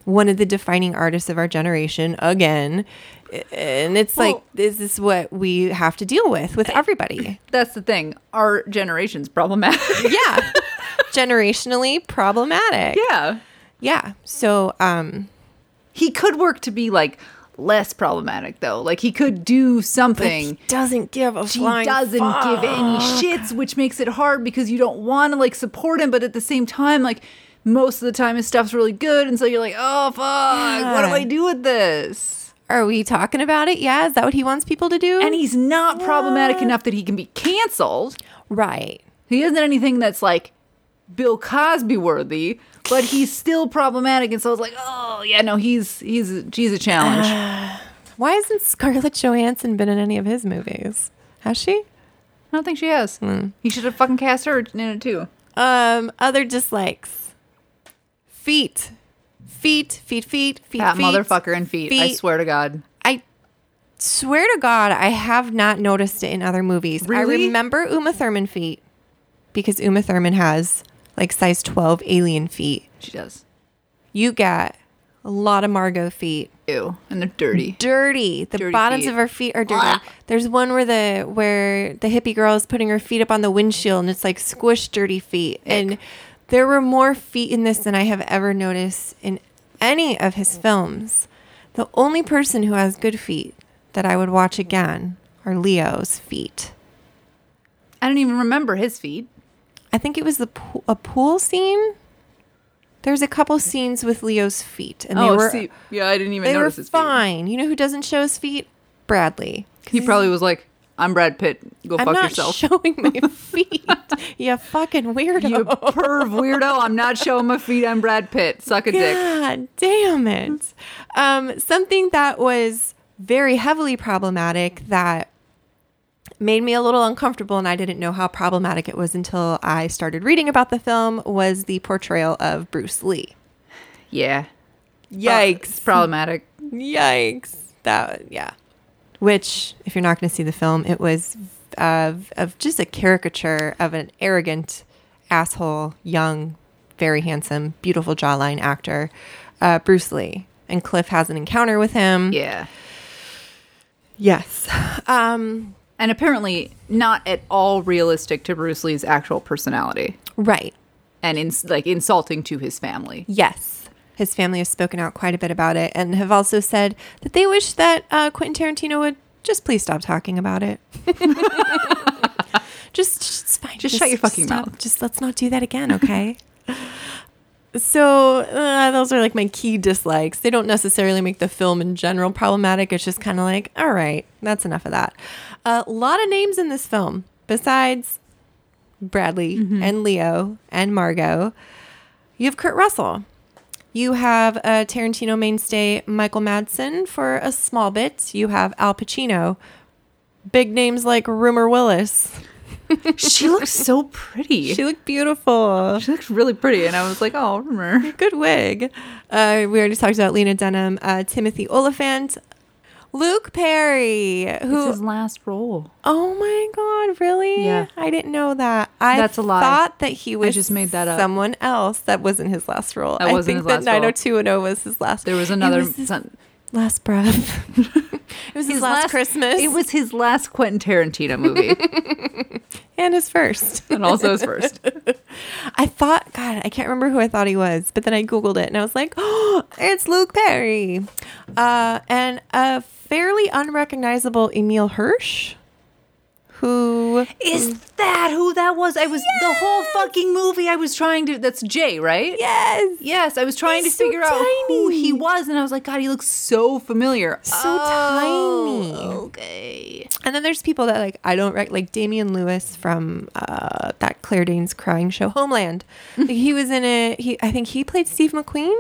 C: one of the defining artists of our generation again. and it's like this is what we have to deal with with
D: <laughs>
C: everybody.
D: That's the thing. Our generation's problematic. <laughs>
C: Yeah. Generationally problematic.
D: yeah.
C: Yeah. So, um,
D: He could work to be like less problematic though. Like he could do something.
C: doesn't give a
D: She doesn't give any shits, which makes it hard because you don't want to like support him, but at the same time, like most of the time his stuff's really good, and so you're like, oh fuck, what do
C: Yeah.
D: I do with this?
C: Are we talking about it? Yeah. Is that what he wants people to do?
D: And he's not problematic enough that he can be canceled.
C: right.
D: He isn't anything that's like Bill Cosby worthy, but he's still problematic. And so I was like, oh yeah, no, he's he's he's a
C: <sighs>
D: challenge.
C: Why hasn't Scarlett Johansson been in any of his movies? Has she?
D: I don't think she has.
C: Hmm.
D: You should have fucking cast her in it too.
C: Um, other dislikes. Feet. Feet, feet, feet, feet.
D: That
C: feet.
D: motherfucker in feet. I
C: Feet.
D: swear to God.
C: I swear to God, I have not noticed it in other movies.
D: Really?
C: I remember Uma Thurman feet because Uma Thurman has like size 12 alien feet.
D: She does.
C: You got a lot of Margot feet.
D: Ew. And they're dirty.
C: Dirty. The
D: Dirty
C: bottoms
D: feet. Ah.
C: of her feet are dirty.
D: Ugh.
C: There's one where the where the hippie girl is putting her feet up on the windshield and it's like squished dirty feet. And there were more feet in this than I have ever noticed in any of his films. The only person who has good feet that I would watch again are Leo's feet.
D: I don't even remember his feet.
C: I think it was the pool, a pool scene. There's a couple scenes with Leo's feet, and they were
D: Oh, yeah, I didn't even
C: they were
D: notice his
C: fine. You know who doesn't show his feet? Bradley.
D: feet. He probably was like, I'm Brad Pitt. Go
C: I'm
D: fuck
C: not
D: yourself.
C: showing
D: <laughs>
C: my feet. you fucking weirdo.
D: you perv weirdo. I'm not showing my feet. I'm Brad Pitt. Suck a dick.
C: God damn it. Um, something that was very heavily problematic that made me a little uncomfortable and I didn't know how problematic it was until I started reading about the film was the portrayal of Bruce Lee.
D: Yeah. It's
C: Yikes.
D: problematic.
C: Yikes. That yeah. Which, if you're not going to see the film, it was of of just a caricature of an arrogant asshole, young, very handsome, beautiful jawline actor, uh, Bruce Lee. And Cliff has an encounter with him.
D: Yeah.
C: Yes. <laughs> Um,
D: And apparently not at all realistic to Bruce Lee's actual personality
C: right.
D: and ins- like insulting to his family.
C: Yes. His family has spoken out quite a bit about it and have also said that they wish that uh, Quentin Tarantino would just please stop talking
D: <laughs>
C: about it. just, just, it's fine.
D: Just shut your fucking
C: stop.
D: mouth.
C: Just let's not do that again, okay? <laughs> so uh, those are like my key dislikes. They don't necessarily make the film in general problematic. It's just kind of like, all right, that's enough of that. A lot of names in this film besides Bradley
D: Mm-hmm.
C: and Leo and Margot. You have Kurt Russell. You have a Tarantino mainstay, Michael Madsen, for a small bit. You have Al Pacino. Big names like
D: <laughs>
C: Rumor Willis.
D: <laughs> she looks so pretty.
C: She looked beautiful.
D: She looks really pretty. And I was like, oh, rumor.
C: Good wig. Uh, we already talked about Lena Dunham, uh, Timothy Oliphant, Luke Perry. Who?
D: last role.
C: oh my God! Really?
D: Yeah.
C: I didn't know that. I
D: That's a lie.
C: thought that he was
D: just made that up.
C: Someone else. That wasn't his last role.
D: That wasn't
C: I think
D: his last
C: that
D: role.
C: 90210 was his last.
D: There was
C: it
D: another.
C: his
D: some-
C: last breath. <laughs> it was his, last, Christmas.
D: It was his last Quentin Tarantino movie,
C: and his first.
D: and also his first.
C: I thought, God, I can't remember who I thought he was, but then I Googled it and I was like, <gasps> oh, it's Luke Perry. Uh, and a fairly unrecognizable Emil Hirsch, who.
D: <laughs> Is that who that was? I was the whole fucking movie. I was trying to. That's Jay, right?
C: Yes!
D: Yes, I was trying
C: He's
D: to
C: so
D: figure out who
C: tiny.
D: he was, and I was like, God, he looks so familiar. So
C: tiny.
D: Okay.
C: And then there's people that, like, I don't rec- like Damian Lewis from uh, that Claire Danes crying
D: <laughs>
C: show, Homeland. Like, he was in it. He, I think he played Steve McQueen.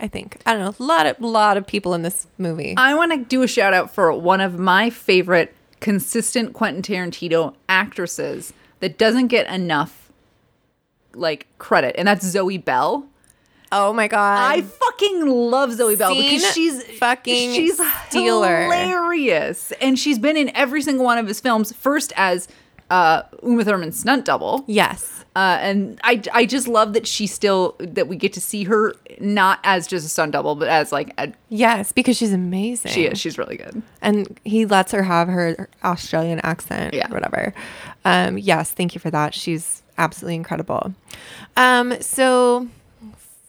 C: I think. I don't know. A lot of, lot of people in this movie.
D: I want to do a shout out for one of my favorite consistent Quentin Tarantino actresses that doesn't get enough like credit, and that's Zoe Bell.
C: oh my God.
D: I fucking love Zoe Bell because
C: Scene
D: she's
C: fucking
D: she's
C: stealer.
D: hilarious, and she's been in every single one of his films. First as uh, Uma Thurman's stunt double.
C: Yes.
D: Uh, and I, I just love that she still that we get to see her not as just a stunt double, but as like a,
C: Yes, because she's amazing.
D: she is. She's really good.
C: And he lets her have her Australian accent
D: Yeah.
C: or whatever. Um, yes, thank you for that. She's absolutely incredible. Um, so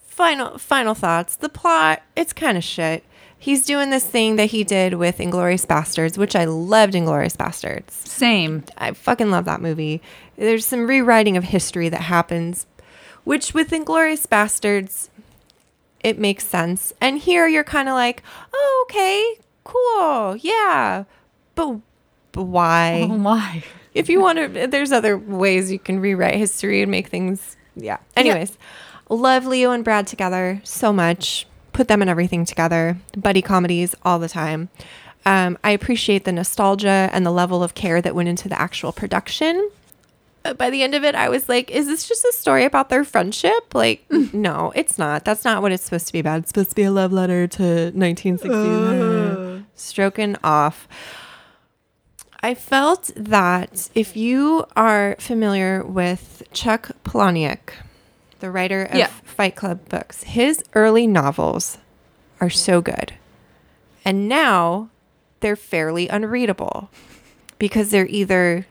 C: final final thoughts. The plot, it's kind of shit. He's doing this thing that he did with Inglorious Bastards, which I loved Inglorious Bastards.
D: Same.
C: I fucking love that movie. There's some rewriting of history that happens, which with Inglorious Bastards, it makes sense. And here you're kind of like, oh, okay, cool, yeah, but, but why?
D: Oh my.
C: if you want to, there's other ways you can rewrite history and make things. Yeah. Anyways, love Leo and Brad together so much. Put them in everything together. Buddy comedies all the time. Um, I appreciate the nostalgia and the level of care that went into the actual production. But uh, by the end of it, I was like, is this just a story about their friendship? Like, no, it's not. That's not what it's supposed to be about. It's supposed to be a love letter to 1960s. Stroking off. I felt that if you are familiar with Chuck Palahniuk, the writer of
D: Yeah.
C: Fight Club books, his early novels are so good. And now they're fairly unreadable because they're either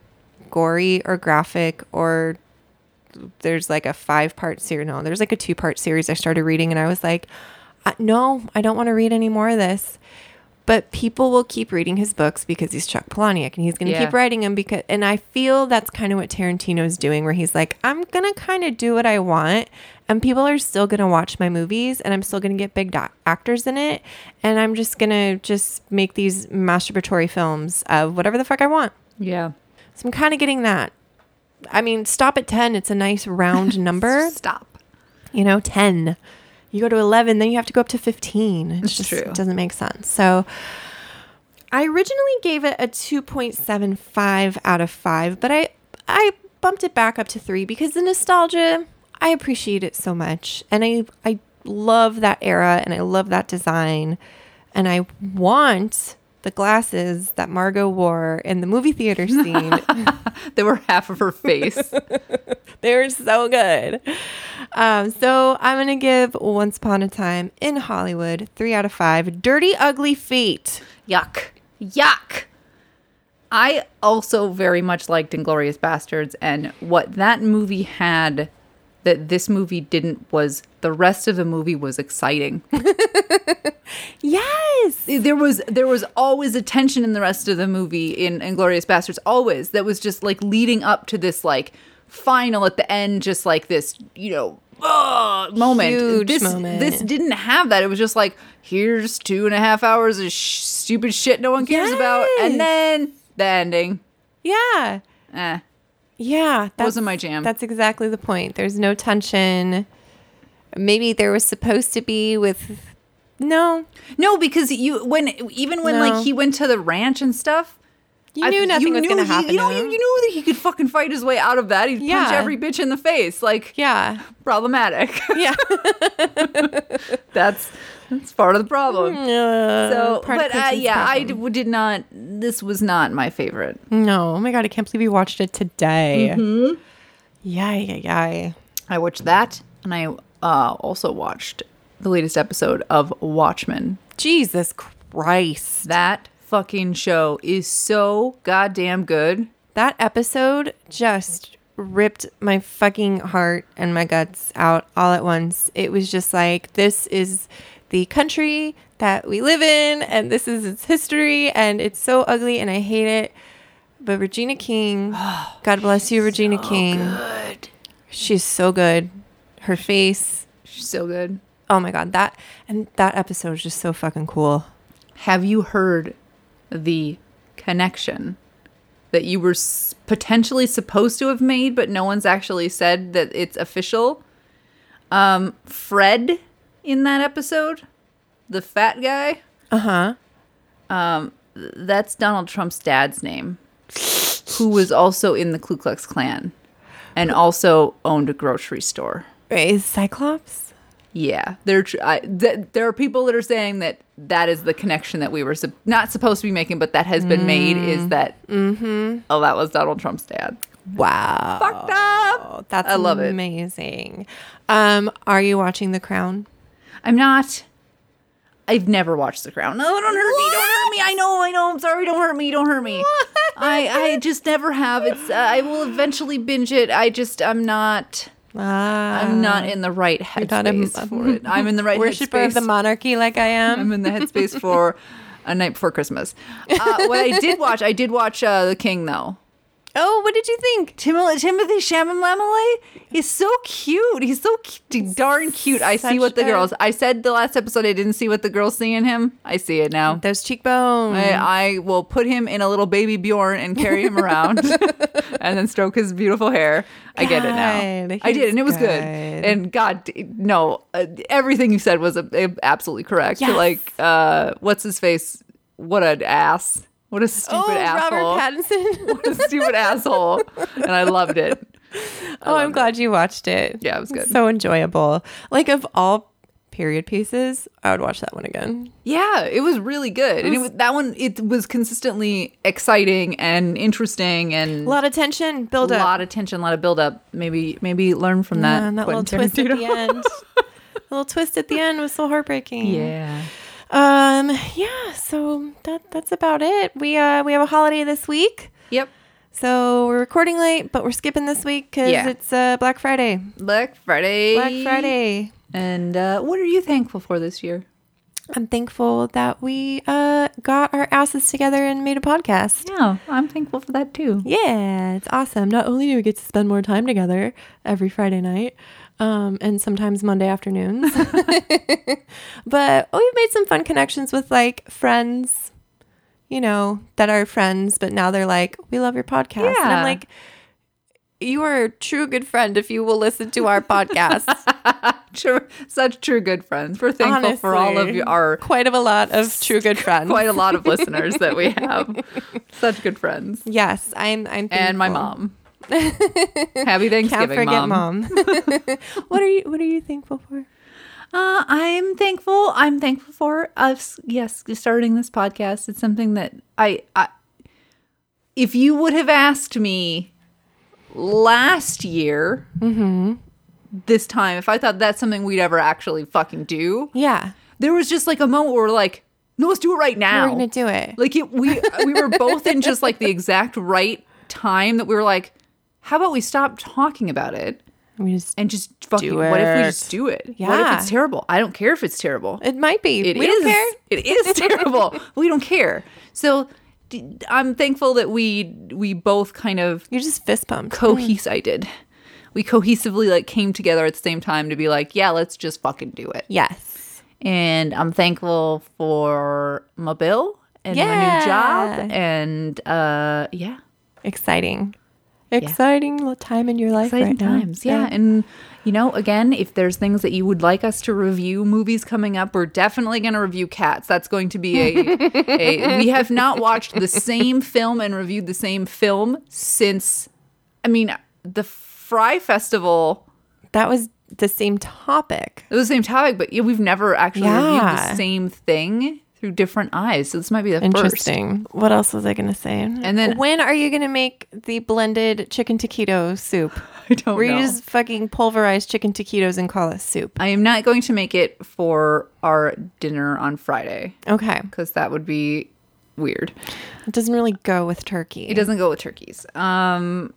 C: gory or graphic or there's like a five part series. No, there's like a two part series I started reading and I was like, "Uh, no, I don't want to read any more of this. But people will keep reading his books because he's Chuck Palahniuk and he's going to
D: Yeah.
C: keep writing them because, and I feel that's kind of what Tarantino's doing, where he's like, I'm going to kind of do what I want and people are still going to watch my movies and I'm still going to get big do- actors in it. And I'm just going to just make these masturbatory films of whatever the fuck I want.
D: Yeah.
C: So I'm kind of getting that. I mean, stop at 10. It's a nice round number.
D: Stop.
C: you know, 10. You go to 11, then you have to go up to 15. It's
D: It's
C: just
D: true.
C: It doesn't make sense. So I originally gave it a 2.75 out of 5, but I I bumped it back up to 3 because the nostalgia, I appreciate it so much. And I I love that era and I love that design and I want the glasses that Margot wore in the movie theater scene
D: They were half of her face.
C: they were so good. Um, so I'm gonna give Once Upon a Time in Hollywood three out of five. Dirty, ugly feet.
D: Yuck. Yuck. I also very much liked Inglorious Bastards, and what that movie had that this movie didn't was the rest of the movie was exciting.
C: Yes.
D: there was there was always a tension in the rest of the movie in Inglorious Bastards, always that was just like leading up to this like final at the end, just like this, you know. ugh, moment.
C: Huge
D: this
C: moment.
D: this didn't have that. It was just like here's two and a half hours of sh- stupid shit no one cares about,
C: Yes.
D: and then the ending.
C: Yeah.
D: Eh.
C: Yeah. That
D: Wasn't my jam.
C: That's exactly the point. There's no tension. Maybe there was supposed to be with. No,
D: No, because you when even when
C: No.
D: like he went to the ranch and stuff.
C: you
D: I-
C: knew nothing was
D: knew
C: gonna
D: he-
C: happen.
D: You know,
C: to
D: you,
C: him.
D: you knew that he could fucking fight his way out of that. He'd
C: Yeah.
D: punch every bitch in the face. Like
C: yeah,
D: problematic. <laughs>
C: yeah.
D: that's that's part of the problem.
C: <laughs>
D: So,
C: Mm. Part of
D: but uh,
C: Christian's
D: yeah, I
C: problem.
D: d- did not. This was not my favorite.
C: No, oh my god, I can't believe you watched it today.
D: Mm-hmm.
C: Yeah, yeah, yeah.
D: I watched that, and I uh, also watched the latest episode of Watchmen.
C: Jesus Christ.
D: That fucking show is so goddamn good.
C: That episode just ripped my fucking heart and my guts out all at once. It was just like, this is the country that we live in, and this is its history, and it's so ugly, and I hate it. But Regina King, God bless you, Regina King.
D: Good.
C: She's so good. Her face,
D: She's so good.
C: oh my God, that and that episode is just so fucking cool.
D: Have you heard the connection that you were s- potentially supposed to have made, but no one's actually said that it's official? Um, Fred in that episode, the fat guy,
C: Uh huh.
D: um, th- that's Donald Trump's dad's name, who was also in the Ku Klux Klan and also owned a grocery store.
C: Is Cyclops?
D: Yeah, there tr- I, th- there are people that are saying that that is the connection that we were sup- not supposed to be making, but that has been made. Is that oh, that was Donald Trump's dad?
C: Wow.
D: Fucked up.
C: That's
D: I love it.
C: amazing. Um, are you watching The Crown?
D: I'm not. I've never watched The Crown. No, don't hurt me. Don't hurt me. I know. I know. I'm sorry. Don't hurt me. Don't hurt me. I I just never have. It's uh, I will eventually binge it. I just I'm not.
C: Ah,
D: I'm not in the right
C: not a-
D: headspace for it. I'm in the
C: <laughs>
D: right
C: worshiper of the
D: headspace.
C: monarchy like I am.
D: I'm in the
C: <laughs>
D: headspace for a night before Christmas. Uh, what I did watch, I did watch uh, The King though.
C: Oh, what did you think?
D: Tim- Timothy Chalamet is so cute. He's so cu- darn cute. I see
C: Such
D: what the
C: a-
D: girls. I said the last episode I didn't see what the girls see in him. I see it now.
C: Those cheekbones.
D: I, I will put him in a little baby Bjorn and carry him
C: <laughs>
D: around and then stroke his beautiful hair. I get it now.
C: God,
D: I did, and it was good.
C: he's good.
D: And God, d- no, uh, everything you said was uh, absolutely correct.
C: Yes.
D: Like, uh, what's his face? What an ass. What a stupid
C: oh,
D: asshole.
C: Robert Pattinson.
D: what <laughs> a stupid asshole. And I loved it.
C: oh, I'm glad you watched it.
D: Yeah, it was good.
C: So enjoyable. Like of all period pieces, I would watch that one again.
D: Yeah, it was really good. and it was, that one, it was consistently exciting and interesting and
C: A lot of tension, build
D: a
C: up.
D: lot of tension, a lot of buildup. Maybe maybe learn from that.
C: and that little
D: Quentin
C: twist at
D: Tarantino.
C: the end. A little twist at the end was so heartbreaking.
D: <laughs> Yeah.
C: Um. Yeah. So that that's about it. We uh we have a holiday this week,
D: Yep.
C: so we're recording late, but we're skipping this week because
D: Yeah.
C: it's uh Black Friday.
D: Black Friday.
C: Black Friday.
D: And uh, what are you thankful for this year?
C: I'm thankful that we uh got our asses together and made a podcast.
D: Yeah, I'm thankful for that too.
C: Yeah, it's awesome. Not only do we get to spend more time together every Friday night, um, and sometimes Monday afternoons, <laughs> but we've made some fun connections with like friends, you know, that are friends, but now they're like, we love your podcast. And
D: Yeah.
C: I'm like, you are a true good friend if you will listen to
D: <laughs>
C: our podcast.
D: True, such true good friends. We're thankful for all of
C: Honestly.
D: you, our
C: Quite of a lot of true good friends.
D: quite a lot of listeners that <laughs> we have. Such good friends.
C: yes, I'm. I'm.
D: And my
C: thankful.
D: mom. Happy Thanksgiving,
C: Can't
D: mom.
C: forget mom. <laughs> what are you? What are you thankful for?
D: Uh, I'm thankful. I'm thankful for us. Yes, starting this podcast. It's something that I, I. If you would have asked me last year,
C: Mm-hmm.
D: this time, if I thought that's something we'd ever actually fucking do,
C: Yeah.
D: there was just like a moment where we're like, no, let's do it right now.
C: We're gonna do it.
D: Like it, we we were both in just like the exact right time that we were like, how about we stop talking about it
C: We just
D: and just fucking. What if we
C: it.
D: just do it? What
C: Yeah.
D: if it's terrible? I don't care if it's terrible.
C: it might be.
D: It
C: we
D: is-
C: don't care.
D: It
C: <laughs>
D: is terrible. we don't care. So d- I'm thankful that we we both kind of
C: You're just fist pumped.
D: cohesive. I did. We cohesively like came together at the same time to be like, yeah, let's just fucking do it.
C: Yes.
D: And I'm thankful for my bill and my new job
C: Yeah.
D: and uh yeah,
C: Exciting. Exciting li- time in your life
D: exciting
C: right
D: times.
C: now.
D: Yeah. and you know, again, if there's things that you would like us to review, movies coming up, we're definitely going to review Cats. That's going to be a, a. We have not watched the same film and reviewed the same film since. I mean, the Fry Festival.
C: That was the same topic.
D: It was the same topic, but yeah, we've never actually reviewed
C: Yeah.
D: the same thing through different eyes. So this might be the first.
C: Interesting. What else was I gonna say? And
D: then-
C: when are you gonna make the blended chicken taquito soup?
D: <laughs> I don't
C: Where
D: know.
C: you just fucking pulverize chicken taquitos and call it soup?
D: I am not going to make it for our dinner on Friday
C: Okay,
D: because that would be weird.
C: it doesn't really go with turkey.
D: It doesn't go with turkeys. Um,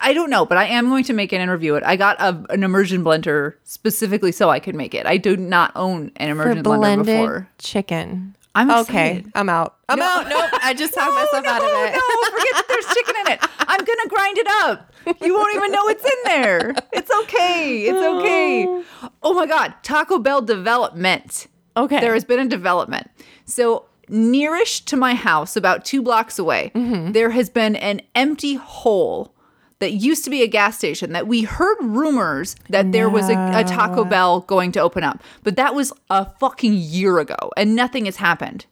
D: I don't know, but I am going to make it and review it. I got a, an immersion blender specifically so I could make it. I do not own an
C: for
D: immersion blender
C: blended
D: before.
C: chicken.
D: I'm
C: okay.
D: excited.
C: I'm out. I'm
D: No.
C: out. Nope. I just talked myself
D: <laughs>
C: out of
D: no,
C: it.
D: no, forget that there's chicken in it. I'm gonna grind it up. You won't even know it's in there. It's okay. It's okay. Oh my god, Taco Bell development.
C: Okay.
D: There has been a development. So nearish to my house, about two blocks away, there has been an empty hole that used to be a gas station that we heard rumors that there was a, a Taco Bell going to open up. But that was a fucking year ago and nothing has happened.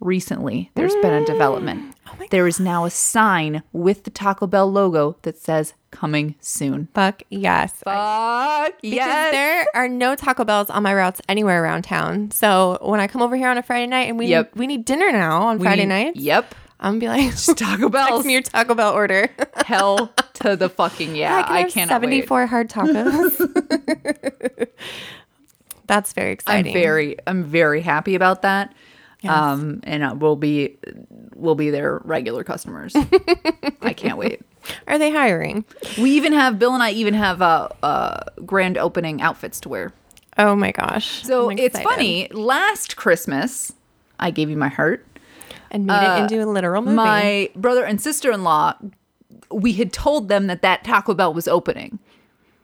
D: recently, there's been a development. There is now a sign with the Taco Bell logo that says coming soon.
C: Fuck yes.
D: Fuck
C: Because
D: yes.
C: there are no Taco Bells on my routes anywhere around town. So when I come over here on a Friday night and we
D: Yep.
C: we need dinner now on
D: We-
C: Friday nights,
D: Yep.
C: I'm gonna be like,
D: <laughs>
C: <laughs>
D: Taco Bell.
C: text me your Taco Bell
D: <laughs>
C: order. <laughs>
D: Hell to the fucking yeah. <laughs> I,
C: have
D: cannot wait.
C: 74 hard tacos. <laughs> That's very
D: I'm
C: exciting.
D: very I'm very happy about that. Um and uh, we'll be we'll be their regular <laughs> customers. I can't wait.
C: Are they hiring?
D: We even have Bill and I even have uh, uh grand opening outfits to wear.
C: Oh my gosh.
D: So
C: I'm
D: it's
C: excited.
D: funny. Last Christmas, I gave you my heart.
C: And made
D: Uh,
C: it into a literal movie.
D: My brother and sister in law, we had told them that that Taco Bell was opening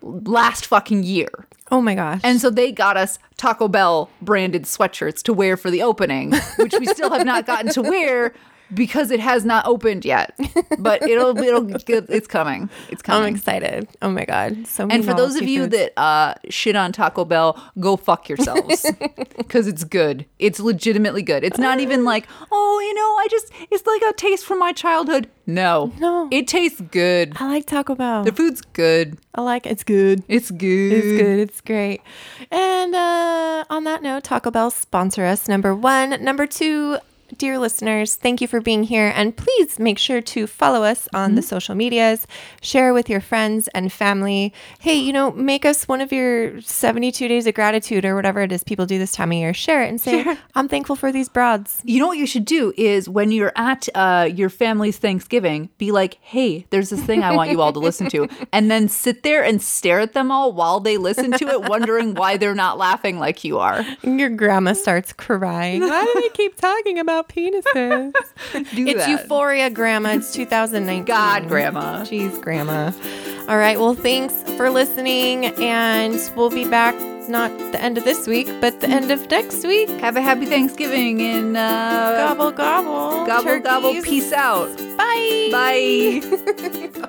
D: last fucking year.
C: oh my gosh.
D: And so they got us Taco Bell branded sweatshirts to wear for the opening, which we still have not gotten to wear because it has not opened yet. But it'll it'll it's coming. It's
C: I'm
D: coming.
C: excited. Oh my god. So many
D: and for those of
C: novelty
D: you
C: foods.
D: that uh, shit on Taco Bell, go fuck yourselves because it's good. It's legitimately good. It's not even like, oh, you know, I just it's like a taste from my childhood. No,
C: No.
D: it tastes good.
C: I like Taco Bell.
D: The food's good.
C: I like it's good.
D: It's good.
C: It's good. It's great. And uh, on that note, Taco Bell sponsor us. Number one. Number two, dear listeners, thank you for being here. And please make sure to follow us on the social medias, share with your friends and family. Hey, you know, make us one of your 72 days of gratitude or whatever it is people do this time of year. Share it and say, I'm thankful for these broads.
D: You know what you should do is when you're at uh, your family's Thanksgiving, be like, "Hey, there's this thing I want you all to listen to," and then sit there and stare at them all while they listen to it, wondering why they're not laughing like you are.
C: And your grandma starts crying. Why do they keep talking about penises?
D: Do
C: It's
D: that.
C: Euphoria, Grandma.
D: <laughs>
C: It's 2019.
D: God, Grandma.
C: Jeez, Grandma. All right. Well, thanks for listening. And we'll be back not the end of this week, but the end of next week.
D: Have a happy Thanksgiving and uh,
C: Gobble, gobble.
D: gobble, gobble.
C: turkeys.
D: Peace out.
C: Bye.
D: Bye.